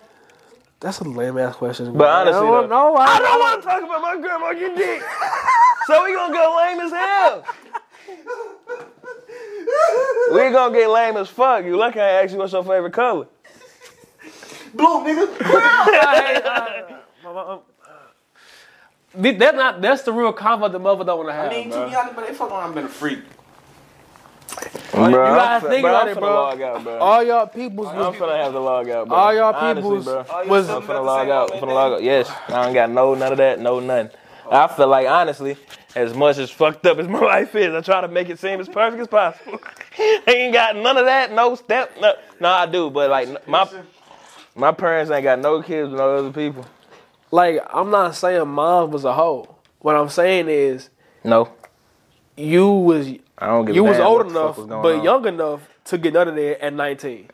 That's a lame ass question. Bro.
But honestly,
I
though-
don't know. I,
I don't want to talk about my grandma getting dick. so we gonna go lame as hell. we gonna get lame as fuck. You lucky I asked you what's your favorite color.
Blue nigga.
Th- That's not that's the real combo the mother don't want to have.
I mean,
bro.
to be honest, but they fuck around and been a freak.
Bro, you
gotta think about it, bro.
Log out, bro.
All y'all peoples
I'm
was
finna have to log out, bro.
all y'all
Honestly,
peoples
bro.
was
I'm finna log out. I'm finna log out. Yes, I don't got no none of that, no none. I feel like honestly, as much as fucked up as my life is, I try to make it seem as perfect as possible. ain't got none of that, no step. No, no, I do, but like my my parents ain't got no kids with no other people.
like I'm not saying mom was a hoe. What I'm saying is
No,
you was
I don't give.
You
a
was
damn
old
what the fuck
enough,
was going
but
on.
young enough to get out of there at 19.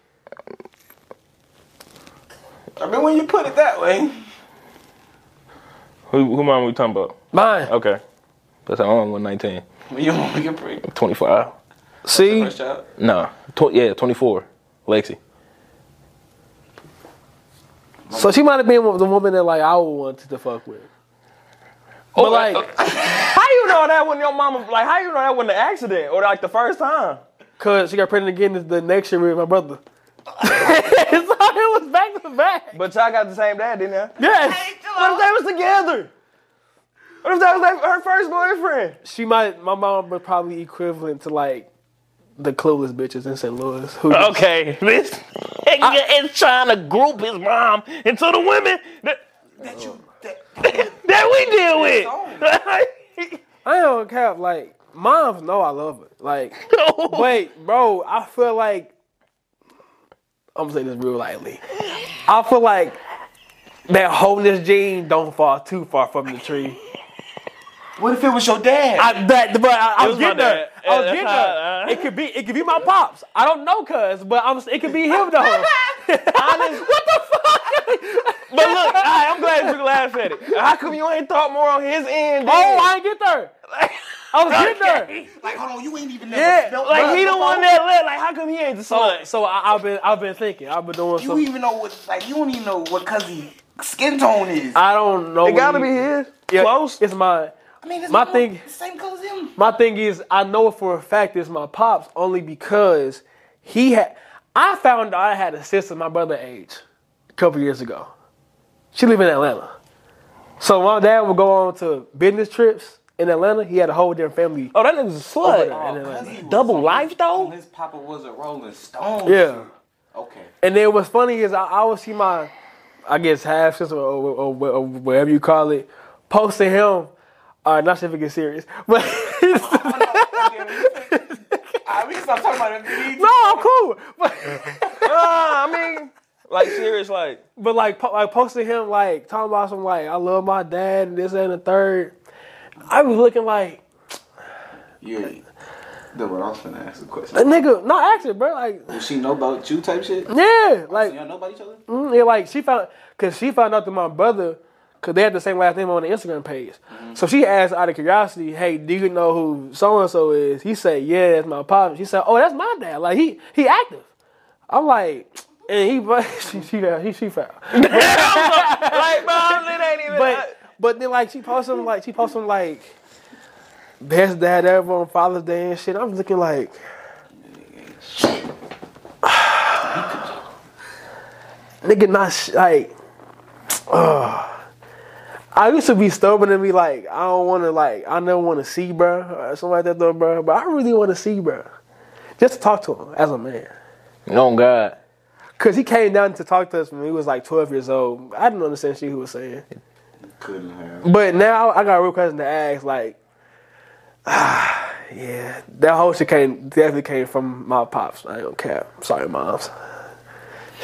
I mean, when you put it that way,
Who who mom we talking about?
Mine.
Okay, that's our own one nineteen.
when you don't get pregnant,
Twenty five.
See,
first child.
No, tw- yeah, twenty four. Lexi.
so she might have been the woman that like I would want to fuck with.
Oh,
but like,
How you know that when your mama like? How you know that when the accident or like the first time?
cause she got pregnant again the- the next year with my brother. so it was back to back.
But y'all got the same dad, didn't y'all?
Yes,
What if they was together? What if that was like her first boyfriend?
she might. My mom was probably equivalent to like the clueless bitches in St. Louis. Who
Okay, this nigga is trying to group his mom into the women that
That you, that,
that we deal with.
I don't cap like moms know I love her. Like, wait, bro, I feel like I'm gonna say this real lightly. I feel like that homeless gene don't fall too far from the tree.
what if it was your dad?
I, that, but I, I was
was my
getting there.
dad.
I was
Yeah,
getting
that's
there.
how- uh,
It could be, it could be my pops. I don't know, cuz, but I'm, it could be him though. what the fuck?
but look, all right, I'm glad you laughed at it. How come you ain't thought more on his end? then?
oh, I ain't get there. I was getting there.
like, hold on, you ain't even
Yeah,
never. smelled
like he
blood
the one
before?
that left. Like how come he ain't the son?
So I, I've been, I've been thinking. I've been doing
You
something.
even know what? Like, you don't even know what cousin skin tone is. I,
I don't know.
It gotta
what
be
he-
his.
Yeah,
Close.
It's my
mean, it's
my
not
thing-
the same color as him.
my thing is I know for a fact it's my pops only because he had. I found out I had a sister my brother age a couple years ago. She lived in Atlanta, so my dad would go on to business trips in Atlanta. He had a whole different family.
Oh, that nigga's a
over
slut.
there in Atlanta.
Cousin was
Double
on-
life though.
His papa was a Rolling Stone.
Yeah.
Okay.
And then what's funny is I, I would see my, I guess half sister or, or, or, wha- or whatever you call it, post to him. Uh, not sure if it gets serious, but
I we can stop talking about it.
no, Oh, I'm cool. But,
Ah, I mean, like serious, like
but like, po- like posting him like talking about some like I love my dad and this that, and the third. I was looking like
You. That's what I was finna ask a
a
question.
nigga, not actually, bro. Like,
Does she know about you type shit?
yeah, like,
Y'all know about each other?
mm, yeah, like she found because she found out that my brother, because they had the same last name on the Instagram page.
Mm-hmm.
So she asked out of curiosity, "Hey, do you know who so and so is?" He said, "Yeah, that's my pop." She said, "Oh, that's my dad. Like he he active." I'm like, and he but she she found she, she found.
like bro, it ain't even.
but but then like she posted him like she posted him like best dad ever on Father's Day and shit. I'm looking like nigga not sh- like. ugh. I used to be stubborn and be like, I don't want to like, I never want to see, bro, or something like that, though, bro. But I really want to see, bro, just to talk to him as a man.
no God,
Cause he came down to talk to us when he was like 12 years old. I didn't understand shit he was saying.
Couldn't have.
But now I got a real question to ask. Like, yeah, that whole shit came definitely came from my pops. I don't care. Sorry, moms.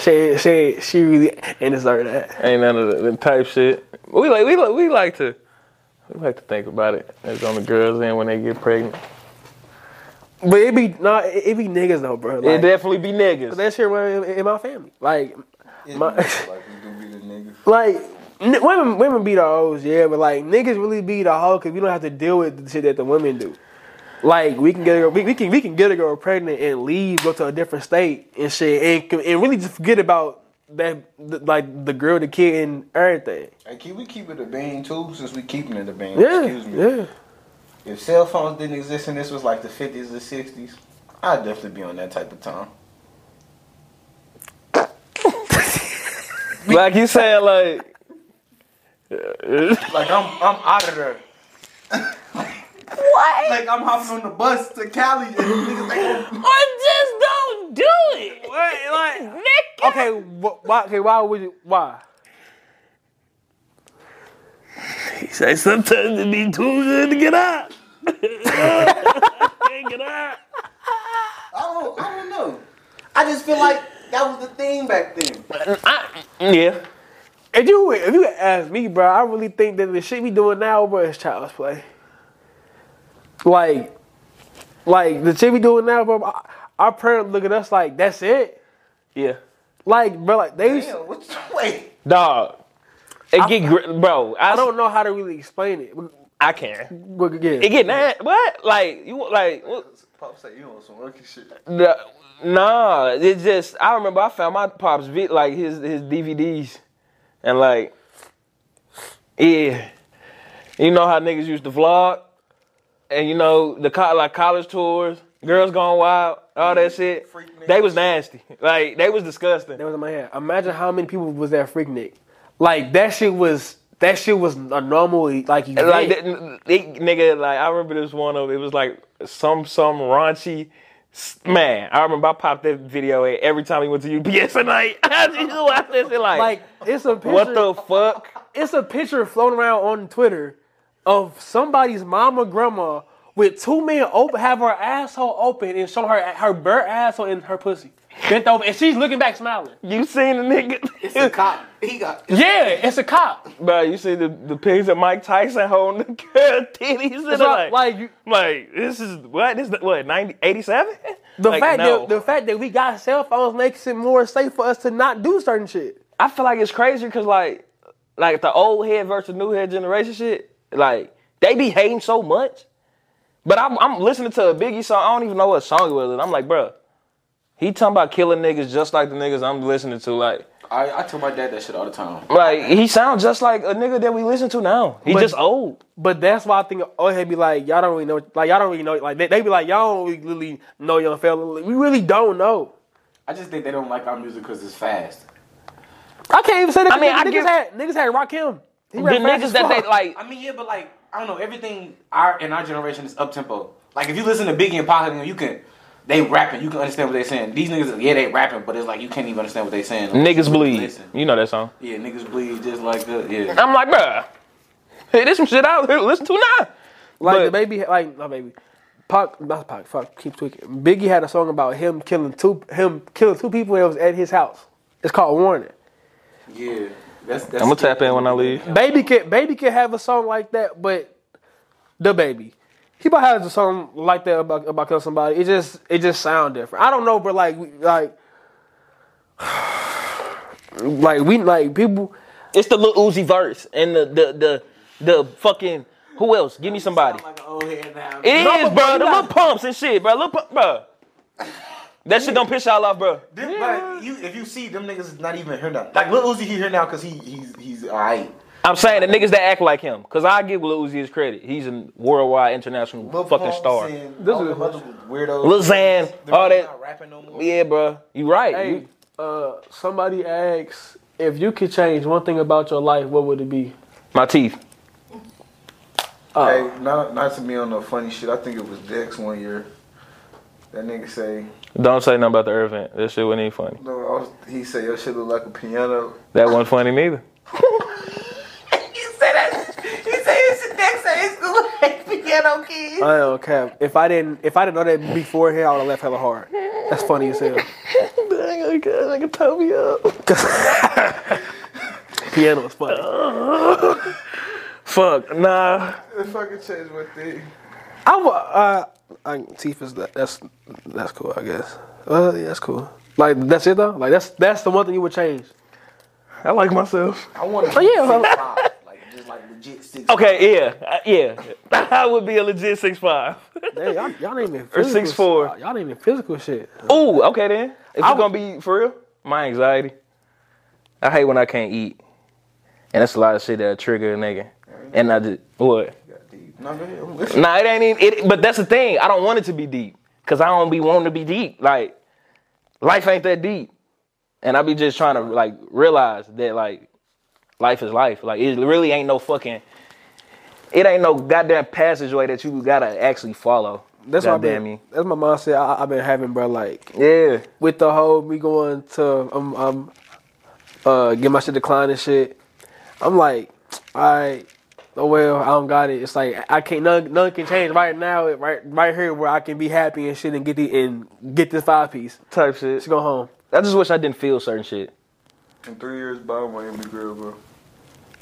She she she really ain't deserve that.
ain't none of the type shit. We like we like we like to we like to think about it. It's on the girls end when they get pregnant.
But it be nah, it, it be niggas though, bro.
It
Like,
definitely be niggas.
that shit run in, in my family. Like my
Like you do be the nigga.
like. n- Women, women be the hoes, yeah, but like niggas really be the hoe because we don't have to deal with the shit that the women do. Like we can get a girl, we, we can we can get a girl pregnant and leave, go to a different state and shit, and c- and really just forget about that, th- like the girl, the kid, and everything.
Hey, can we keep it a bean too? Since we keeping it a bean.
Yeah,
Excuse me.
yeah.
If cell phones didn't exist and this was like the 50s or 60s, I'd definitely be on that type of time.
Like you saying, like
Like I'm, I'm out of there. what? Like I'm hopping on the bus to Cali and niggas like, oh,
Or just don't do it. Nigga.
Okay, wh- why? Okay, why would you? Why?
he say sometimes it be too good to get out. Can't get out.
I don't, I don't know. I just feel like that was the thing back then.
Yeah.
If you if you ask me, bro, I really think that the shit we doing now, bro, is child's play. Like, Like the shit we doing now, bro. Our, our parents look at us like that's it.
Yeah.
Like, bro, like they. used-
Damn, what's wait?
Dog. It get gr- bro. I,
I
don't.
don't know how to really explain it. But,
I can.
but again,
It get that. What? Like you? Like what-
Pop said you on some rookie shit.
the, nah? It's just. I remember I found my pops vid like his his DVDs, and like, yeah. You know how niggas used to vlog, and you know the co- like college tours, girls gone wild, all that shit.
Freak
They
niggas.
was nasty. Like they was disgusting.
that was in my head. Imagine how many people was that freak Nick. Like that shit was that shit was a normal like event.
like that, they, nigga, like I remember this one of it was like some some raunchy s- man. I remember I popped that video in every time he went to UPS at night. I just watched this and like,
like it's a picture.
what the fuck?
it's a picture floating around on Twitter of somebody's mom or grandma with two men open, have her asshole open and show her her bare asshole and her pussy bent over, and she's looking back smiling.
You seen the
The
nigga?
cop, he got.
Yeah, it's a cop.
Bro, you see the the pigs of Mike Tyson holding the girl titties and
So,
like, like,
like you-
this is what this is what 90, 87?
the
Like,
fact
no.
that the fact that we got cell phones makes it more safe for us to not do certain shit.
I feel like it's crazy because like like the old head versus new head generation shit, like they be hating so much. But I'm, I'm listening to a Biggie song. I don't even know what song it was. And I'm like, bruh, he talking about killing niggas just like the niggas I'm listening to. Like,
I, I tell my dad that shit all the time.
like he sounds just like a nigga that we listen to now. He
But-
just old.
But that's why I think oh they be like y'all don't really know like y'all don't really know like they, they be like y'all don't really know young fella. Like, We really don't know.
I just think they don't like our music because it's fast.
I can't even say that.
I mean,
niggas,
I
niggas
give-
had niggas had Rock Him. He
The niggas that they like,
I mean, yeah, but like I don't know, everything our in our generation is up tempo. Like if you listen to Biggie and Pac, you can they rapping, you can understand what they saying. These niggas, yeah, they rapping, but it's like you can't even understand what they saying. Like,
niggas bleed.
listen.
You know that song.
Yeah, niggas bleed just like that. Yeah,
I'm like, bruh, hey, there's some shit I listen to now.
Like
But-
the baby, like not baby, Pac, not Pac, fuck, keep tweaking. Biggie had a song about him killing two, him killing two people that was at his house. It's called Warning.
yeah. That's, that's
I'm gonna tap in when I leave.
Baby can, baby can have a song like that, but the baby, he about has a song like that about about killing somebody. It just, it just sound different. I don't know, but like, we- like, like we like people.
It's the little Uzi verse and the the the the fucking who else? Give me somebody.
Like an old head now.
It is,
No, but
bro.
you
The
got-
little pumps and shit, bro. Little pump, bro. That shit don't piss y'all off, bro.
Them, but you, if you see them niggas, is not even here now. Like Lil Uzi, he here now because he he's he's alright.
I'm saying the niggas that act like him, cause I give Lil Uzi his credit. He's a worldwide international fucking star.
This is weirdo.
Lil Xan, all that-
Not rapping no more.
Yeah, bro. You right.
Hey,
You-
uh, somebody asks if you could change one thing about your life, what would it be?
my teeth.
Hey, not not to be on the funny shit. I think it was Dex one year. That nigga say,
Don't say nothing about the Irvin. That shit wasn't even funny.
no, I was, he say your shit look like a piano.
That wasn't funny neither.
He said that. He said his Dex say it's like piano keys.
I don't care. Oh, If I didn't, if I didn't know that before here, I would have left hella hard. That's funny as hell.
I can tell me up.
Piano is funny.
Fuck, nah.
If I could change one thing,
I wa- uh, I, teeth is that, that's that's cool, I guess. Uh, yeah, that's cool. Like that's it though. Like that's that's the one thing you would change.
I like myself.
I want to.
Oh, yeah, well-
like just like legit six.
Okay, yeah, uh, yeah. I would be a legit six five.
Damn, y'all, y'all ain't even physical.
6'4".
shit. Y'all ain't even physical shit.
Ooh, okay then. If
I
you're gonna be for real, my anxiety. I hate when I can't eat, and that's a lot of shit that trigger a nigga. And I just what?
No, go ahead. I'm listening.
Nah, it ain't even. It, but that's the thing. I don't want it to be deep, cause I don't be wanting to be deep. Like life ain't that deep, and I be just trying to like realize that like life is life. Like it really ain't no fucking. It ain't no goddamn passageway that you gotta actually follow.
That's what I
goddamn
been,
you.
That's my mindset. I, I've been having, bro. Like
Yeah.
with the whole me going to um um uh get my shit declined and shit. I'm like, alright, oh well, I don't got it. It's like I can't none none can change right now, right right here where I can be happy and shit and get the and get this five piece.
Type shit.
Let's go home.
I just wish I didn't feel certain shit.
In three years, buy a Miami Grill, bro.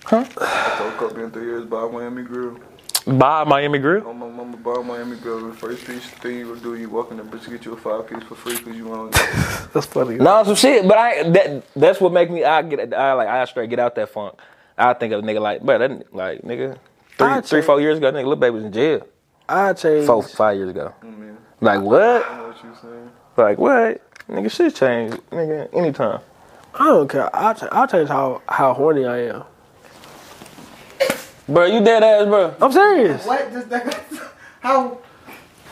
Huh? I told Kobe in three years, buy a Miami Grill.
Buy Miami Grill.
On my mama bar, Miami Grill, the first three thing you gonna do, you walk in the bitch, get you a five piece for free because you want to.
That's funny.
No, some shit. But I that that's what make me. I get. I like. I straight get out that funk. I think of a nigga like, but that like nigga. Three,
I'd
three,
say-
four years ago, nigga, little baby was in jail.
I changed.
Four, five years ago.
I mean,
Like
I
what?
know what you saying.
Like what? Nigga, shit changed. Nigga, anytime.
I don't care. I ch- I change how how horny I am.
Bro, you dead ass, bro.
I'm serious.
What does that? How?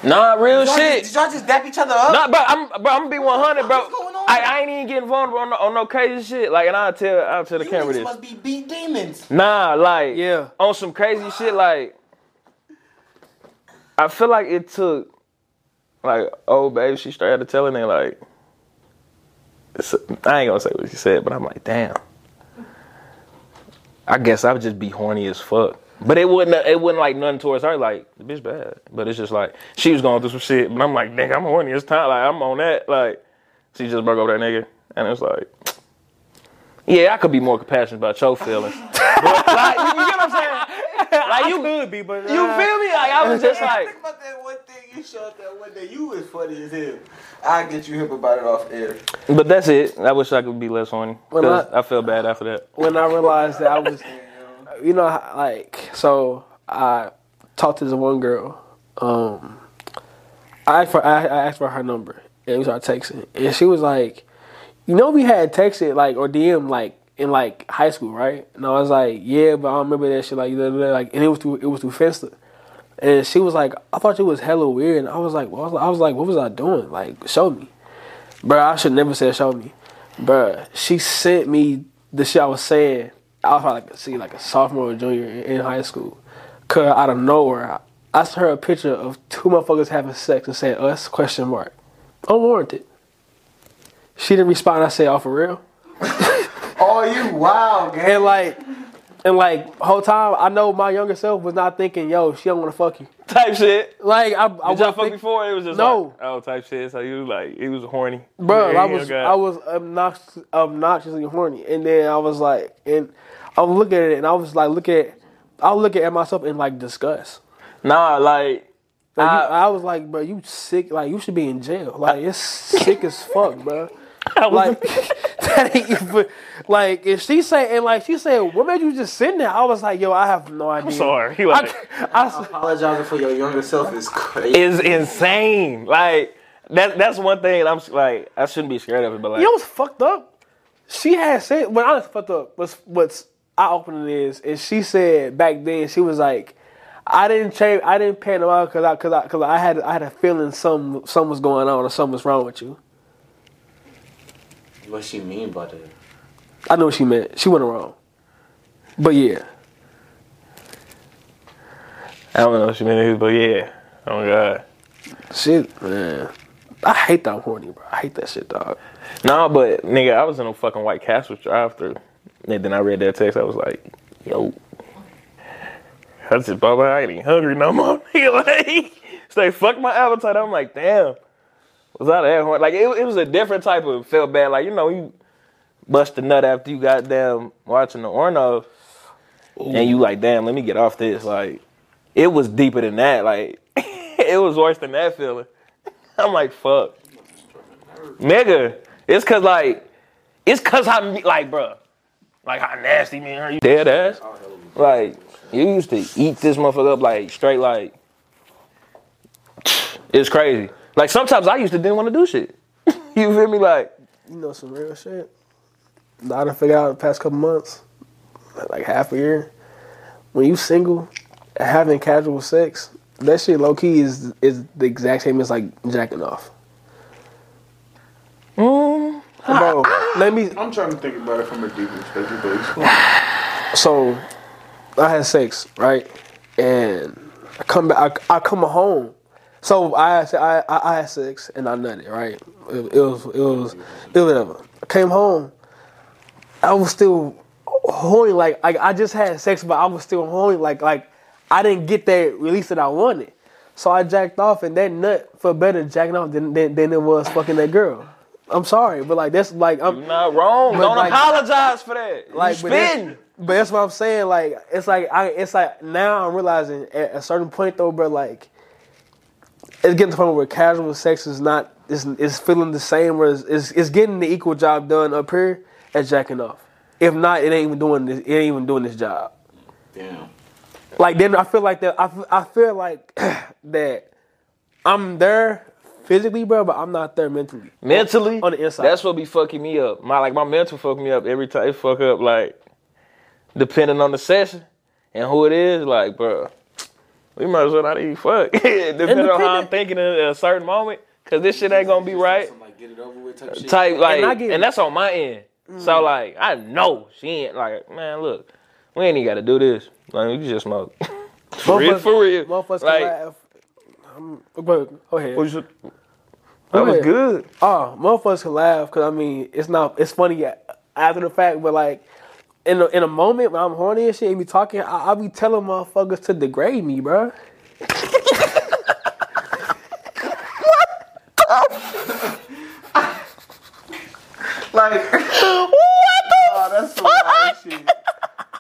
Nah, real
Y'all
shit.
just, y'all just dap each other up?
Nah, bro, I'm, bro, I'm gonna be 100, bro.
What's going on?
I, I ain't even getting vulnerable on no, on no crazy shit. Like, and I'll tell, I'll tell the
you
camera
niggas
this.
must be beat demons.
Nah, like,
Yeah.
on some crazy shit, like, I feel like it took, like, oh, babe, she started telling me, like, it's, I ain't gonna say what she said, but I'm like, damn. I guess I would just be horny as fuck. But it wouldn't, it wouldn't like nothing towards her, like, the bitch bad. But it's just like, she was going through some shit, but I'm like, nigga, I'm horny as time. Like, I'm on that. Like, she just broke up with that nigga. And it's like, yeah, I could be more compassionate about your feelings. But, like, you, you get what I'm saying? Like you, you
be, but uh,
feel me? Like I was just like,
Think about that one thing you showed that one day. You was funny as hell.
I get you hip about it off air.
but that's it. I wish I could be less horny. 'Cause
Well, I-
I feel bad after that.
when I realized that I was, you know, like so I talked to this one girl. Um, I asked for I, I asked for her number and we started texting, and she was like, you know, we had texted like or DM like in like high school, right? And I was like, yeah, but I don't remember that shit like da, da, da, like, and it was through it was through Finsta. And she was like, I thought you was hella weird. And I was like, well, I was like, what was I doing? Like, show me. Bruh, I should never said show me. Bruh, she sent me the shit I was saying. I was probably like, see, like a sophomore or junior in, in high school. Cause out of nowhere, I, I sent her a picture of two motherfuckers having sex and said us question mark. Unwarranted. She didn't respond. I said, "Oh, for real?"
Oh, you wild, gang.
And like, and like, whole time I know my younger self was not thinking, "Yo, she don't want to fuck you."
Type shit.
Like, I, I
Did
was
y'all fuck
think-
before? It was just
No.
Like, oh, type shit. So you was like, it was horny,
Bro,
Yeah,
I was
okay.
I was obnoxious, obnoxiously horny, and then I was like, and I'm looking at it, and I was like, look at, I was looking at myself in like disgust.
nah, like.
Like, you-
I,
I was like, bro, you sick. Like you should be in jail. Like it's sick as fuck, bro.
was-
Like that ain't even. Like if she say and like she said, what made you just sitting there? I was like, yo, I have no idea.
am sorry. He like
I s-
Apologizing for your younger self is crazy.
is insane. Like that. That's one thing. I'm like, I shouldn't be scared of it, but like,
You know what's fucked up? She had said when I was fucked up what's what's eye opening is and she said back then she was like I didn't change I didn't pan around because I cause I cause I had I had a feeling some something was going on or something was wrong with you.
What she mean by that?
I know what she meant. She went wrong. But yeah.
I don't know what she meant, but yeah. Oh god.
Shit man. I hate that horny, bro. I hate that shit, dog.
Nah, but nigga, I was in a fucking White Castle drive through, and then I read that text. I was like, yo, I just Bubba, I ain't even hungry no more. Nigga, like, so they fucked my appetite. I'm like, damn, was out of that horn. Like it, it was a different type of felt bad. Like you know, you bust a nut after you goddamn watching the orno, and you like, damn, let me get off this. Like it was deeper than that. Like it was worse than that feeling. I'm like, fuck nigga. It's cause like, it's cause how me- like, bruh, like how nasty me and her. You dead ass. Like, you used to eat this motherfucker up like straight like. It's crazy. Like sometimes I used to didn't want to do shit. you feel me? Like,
You know some real shit. that I done figured out the past couple months, like half a year. When you single, having casual sex, that shit low key is is the exact same as like jacking off. Bro, let me.
I'm trying to think about it from a deeper perspective, but explain.
So, I had sex, right? And I come back. I, I come home. So I had, I I I had sex and I nutted, right? It, it was it was it was whatever. I came home. I was still horny. Like like I just had sex, but I was still horny. Like like I didn't get that release that I wanted. So I jacked off, and that nut felt better jacking off than than, than it was fucking that girl. I'm sorry, but like that's like I'm
not wrong.
But
Don't
like-
apologize for that. Like,
like
you
but that's-
spin.
But, But that's what I'm saying. Like it's like I it's like now I'm realizing at a certain point though, bro. Like it's getting to the point where casual sex is not is is feeling the same, or it's, it's it's getting the equal job done up here as jacking off. If not, it ain't even doing this. It ain't even doing this job.
Damn.
Like then I feel like that. I f- I feel like that. I'm there physically, bro, but I'm not there mentally.
mentally
On the inside.
That's what be fucking me up. My like my mental fuck me up every time. It fuck up like depending on the session and who it is. Like, bro, we might as well not even fuck. depending on how I'm
Independent.
thinking at a certain moment, cause this shit ain't gonna be right.
Some, like, get it over with type shit.
Type like,
And I
and,
get it. Mm.
that's on my end. So like, I know she ain't like, man, look, we ain't even gotta do this. Like, we can just smoke. for real,
Motherfuckers-
for real.
Motherfuckers
like,
can laugh. Um, but go ahead.
we should- that was
ahead.
good.
Oh, motherfuckers can laugh because I mean it's not it's funny after the fact, but like in a, in a moment when I'm horny and shit and be talking, I, I be telling motherfuckers to degrade me, bro.
Like, what the oh, that's some wild shit.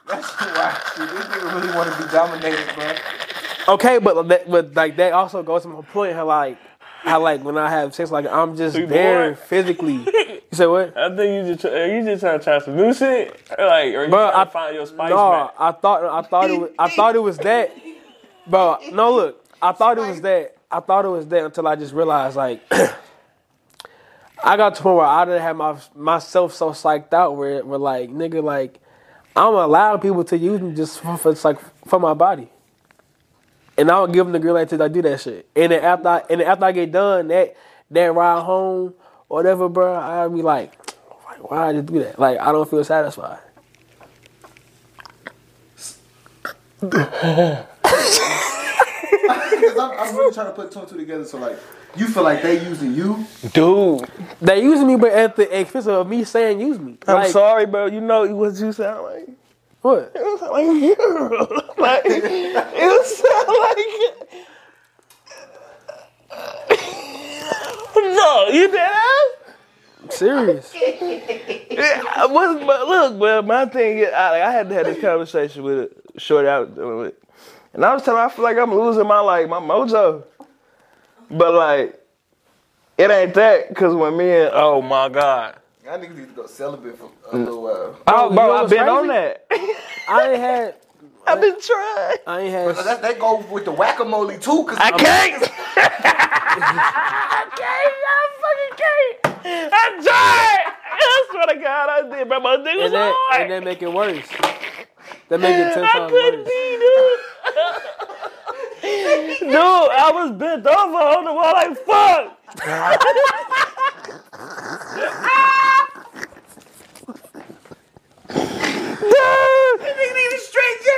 That's some wild shit. This nigga really want to be dominated, bro.
Okay, but that, but like that also goes to my point how like how like when I have sex, like I'm just there
bored?
physically. You say what?
I think you just try, you just trying to try some new shit, like or you
Bro, I
man.
No, I thought I thought it was I thought it was that. Bro, no look, I thought it was that. I thought it was that until I just realized like I got to the point where I didn't have my myself so psyched out where where like nigga like I'm allowing people to use me just for, for it's like for my body. And I don't give them the green light till I do that shit. And then after I, and then after I get done that that ride home or whatever, bro, I be like, why I just do that? Like I don't feel satisfied.
Because I'm, I'm really trying to put two and two together. So like, you feel like they using you?
Dude,
They using me, but at the expense of me saying use me.
I'm
Like,
sorry, bro. You know what you sound like?
What?
You sound like a hero. like you sound like. no, you dead ass.
Serious?
Yeah, I was, but look, but my thing is, I, like, I had to have this conversation with a short out, dealing with, and I was telling, her, I feel like I'm losing my like my mojo, but like. It ain't that, cause when me and oh my god,
I niggas need to go celibate for a little while.
oh
you
bro,
know
I've
what's
been
crazy?
on that.
I ain't had.
I've been trying.
I ain't had.
So that, that go with the whack a mole too. Cause
I can't. I can't. I fucking can't. I tried. I swear to God, I did, bro. My dick was
and, that,
hard.
and that make it worse. That make it ten
I
times
couldn't
worse.
pee, dude. dude, I was bent over on the wall like fuck.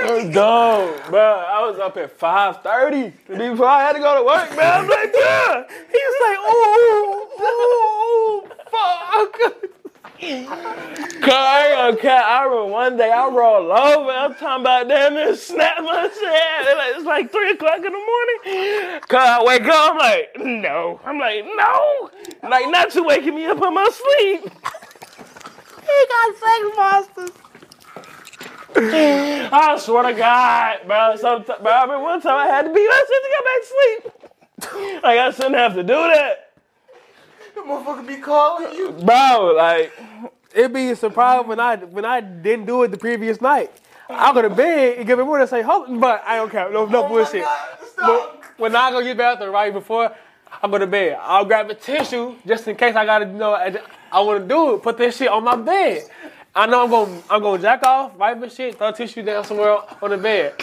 Dude, no, bro. I was up at five thirty before I had to go to work, man. I'm like, bruh. He was like, ooh, ooh, ooh, fuck. Cause I ain't gonna care. I remember one day I roll over. I'm talking about damn near snap my shit. It's like, it's like three o'clock in the morning. Cause I wake up. I'm like, no. I'm like, no. Like not you waking me up in my sleep. he got sex monsters. I swear to God, bro. Sometime, bro. I remember one time I had to be up to go back to sleep. Like I shouldn't have to do that,
motherfucker be calling you.
bro. Like.
It'd be a surprise when I when I didn't do it the previous night. I go to bed and give it more and say, hold but I don't care. No, no bullshit.
Stop.
When I go get back the right before I go to bed, I'll grab a tissue just in case I gotta you know I, I wanna do it. Put this shit on my bed. I know I'm gonna I'm gonna jack off, wipe the shit, throw tissue down somewhere on the bed.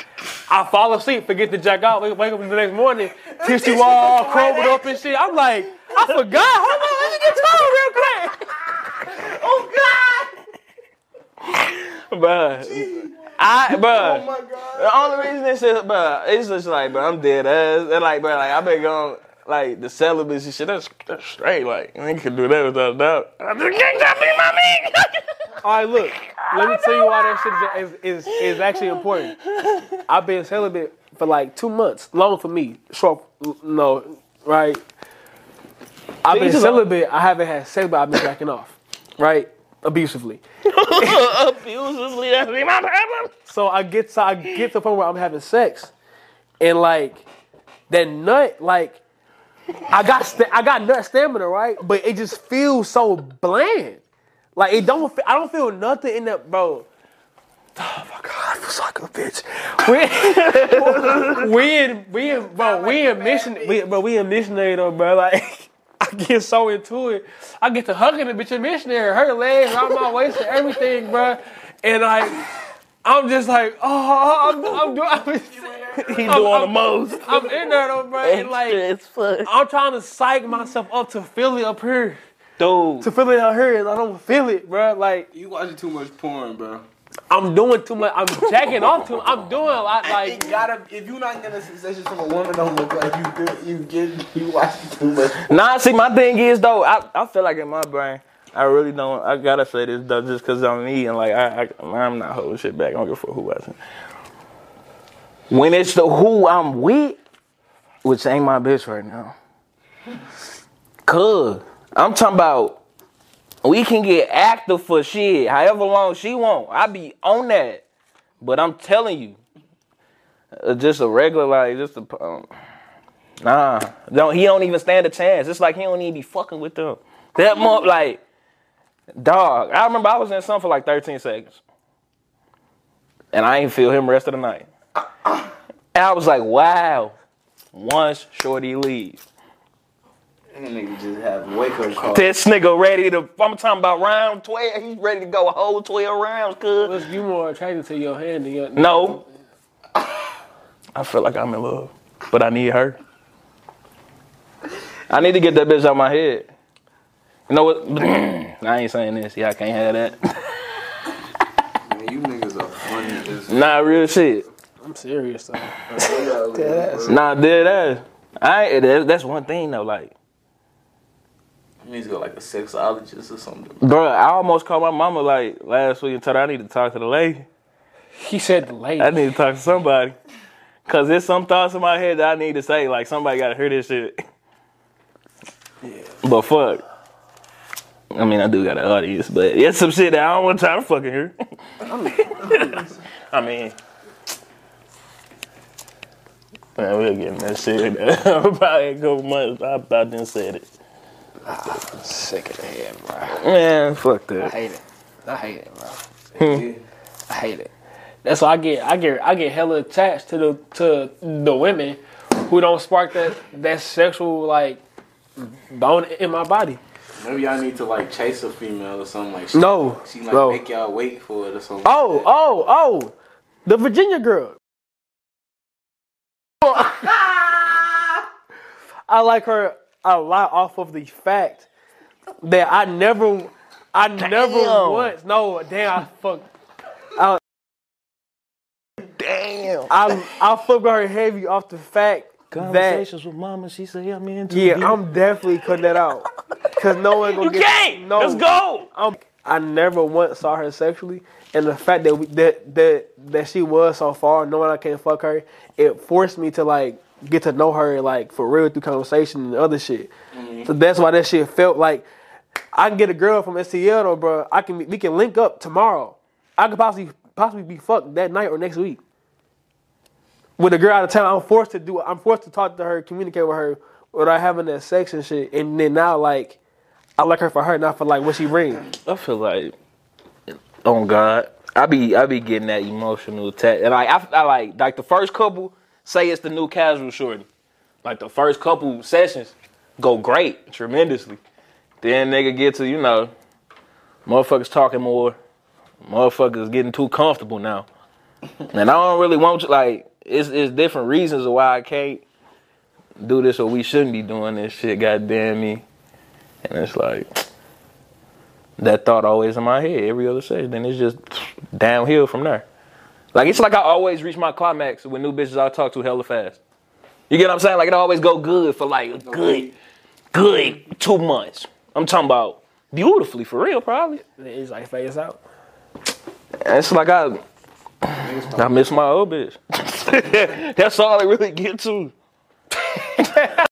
I fall asleep, forget to jack off, wake, wake up the next morning, tissue all crumbled up and shit. I'm like, I forgot. Hold on, let me get time real quick.
Oh, Bruh. I, bruh.
Oh my god.
The only reason it's just, bruh, it's just like, bruh, I'm dead ass. And like, bruh, like, I've been going, like, the celibacy shit, that's, that's straight. Like, I can do that without a doubt. I just can't stop being my man.
All right, look. Let me tell you why that shit is, is is actually important. I've been celibate for like two months. Long for me. Short, no, right. I've been
Jesus.
celibate. I haven't had sex, but I've been jacking off. Right. abusively.
Abusively, that's be my problem.
So I get so I get to the point where I'm having sex, and like that nut, like I got sta- I got nut stamina, right? But it just feels so bland. Like it don't. Fe- I don't feel nothing in that, bro. Oh my god, I feel so like a bitch. We we in we in bro we in mission we, bro we in missionary though, bro. Like I get so into it, I get to hugging the bitch in missionary, her legs around my waist and everything, bro. And like. I'm just like, oh, I'm, I'm doing. I'm,
He doing the most.
I'm in there though, bro. And like,
It's fuck.
I'm trying to psych myself up to feel it up here,
Dude,
to feel it out here, and I don't feel it, bro. Like,
You watching too much porn, bro.
I'm doing too much. I'm jacking off too. I'm doing a lot. Like,
It gotta. If you not getting sensations from a woman, don't look like you. do- You get. You watching too much.
Nah, see, my thing is though, I, I feel like in my brain, I really don't. I gotta say this though, just cause I'm me and like I, I I'm not holding shit back. I don't give a fuck who watching. When it's the who I'm with, which ain't my bitch right now. Cuz I'm talking about we can get active for shit, however long she want. I be on that, but I'm telling you, uh, just a regular like just a. Um, Nah, don't he don't even stand a chance. It's like he don't even be fucking with them. That month, like, dog. I remember I was in something for like 13 seconds, and I ain't feel him rest of the night. And I was like, wow. Once Shorty leaves,
Nigga just have wake up call.
this nigga ready to. I'm talking about round 12. He's ready to go a whole 12 rounds, cuz.
what's you more attracted to your hand than your?
No. I feel like I'm in love, but I need her. I need to get that bitch out my head. You know what? I ain't saying this. Yeah, I can't have that.
Man, you niggas are funny as
nah, real shit.
I'm serious though.
hell.
Nah, dead ass. I ain't- that- that's one thing though. Like,
You need to go like a sexologist or something.
bro, I almost called my mama like last week and told her I need to talk to the lady.
He said the lady.
I need to talk to somebody. Cause there's some thoughts in my head that I need to say. Like somebody gotta hear this shit. But fuck. I mean, I do got an audience, but it's some shit that I don't want to try to fucking hear. I mean, man, we're getting that shit. Probably a couple months. I about done said it.
sick of the head, bro.
Man, fuck that.
hate it. I hate it, bro.
Yeah.
I hate it. Hmm. That's why I get I get I get hella attached to the to the women who don't spark that that sexual like bone in my body.
Maybe y'all need to like chase a female or something like. She,
No,
She like
no.
make y'all wait for it or something.
Oh, oh, oh, the Virginia girl. I like her a lot off of the fact that I never, I never once. No, damn, I fuck. I, damn, I I fuck with her heavy off the fact that
with mama, she say I'm into
yeah, I'm definitely cutting that out because no one gonna get
Gang,
no.
let's go.
I'm, I never once saw her sexually, and the fact that we, that that that she was so far, knowing I can't fuck her, it forced me to like get to know her like for real through conversation and other shit. So that's why that shit felt like I can get a girl from STL though, bro. I can we can link up tomorrow. I could possibly possibly be fucked that night or next week. With a girl out of town, I'm forced to do. I'm forced to talk to her, communicate with her, without having that sex and shit. And then now, like, I like her for her, not for like what she brings.
I feel like, oh God, I be I be getting that emotional attack, and like I, I like like the first couple say it's the new casual shorty, like the first couple sessions go great tremendously, then nigga get to you know, motherfuckers talking more, motherfuckers getting too comfortable now, and I don't really want you like it's it's different reasons of why I can't do this or we shouldn't be doing this shit, goddamn me, and it's like that thought always in my head every other session. Then it's just downhill from there. Like it's like I always reach my climax with new bitches I talk to hella fast. You get what I'm saying? Like it always go good for like a good, good two months. I'm talking about beautifully for real, probably.
It's like phase out.
And it's like I, I miss my old bitch. That's all I really get to.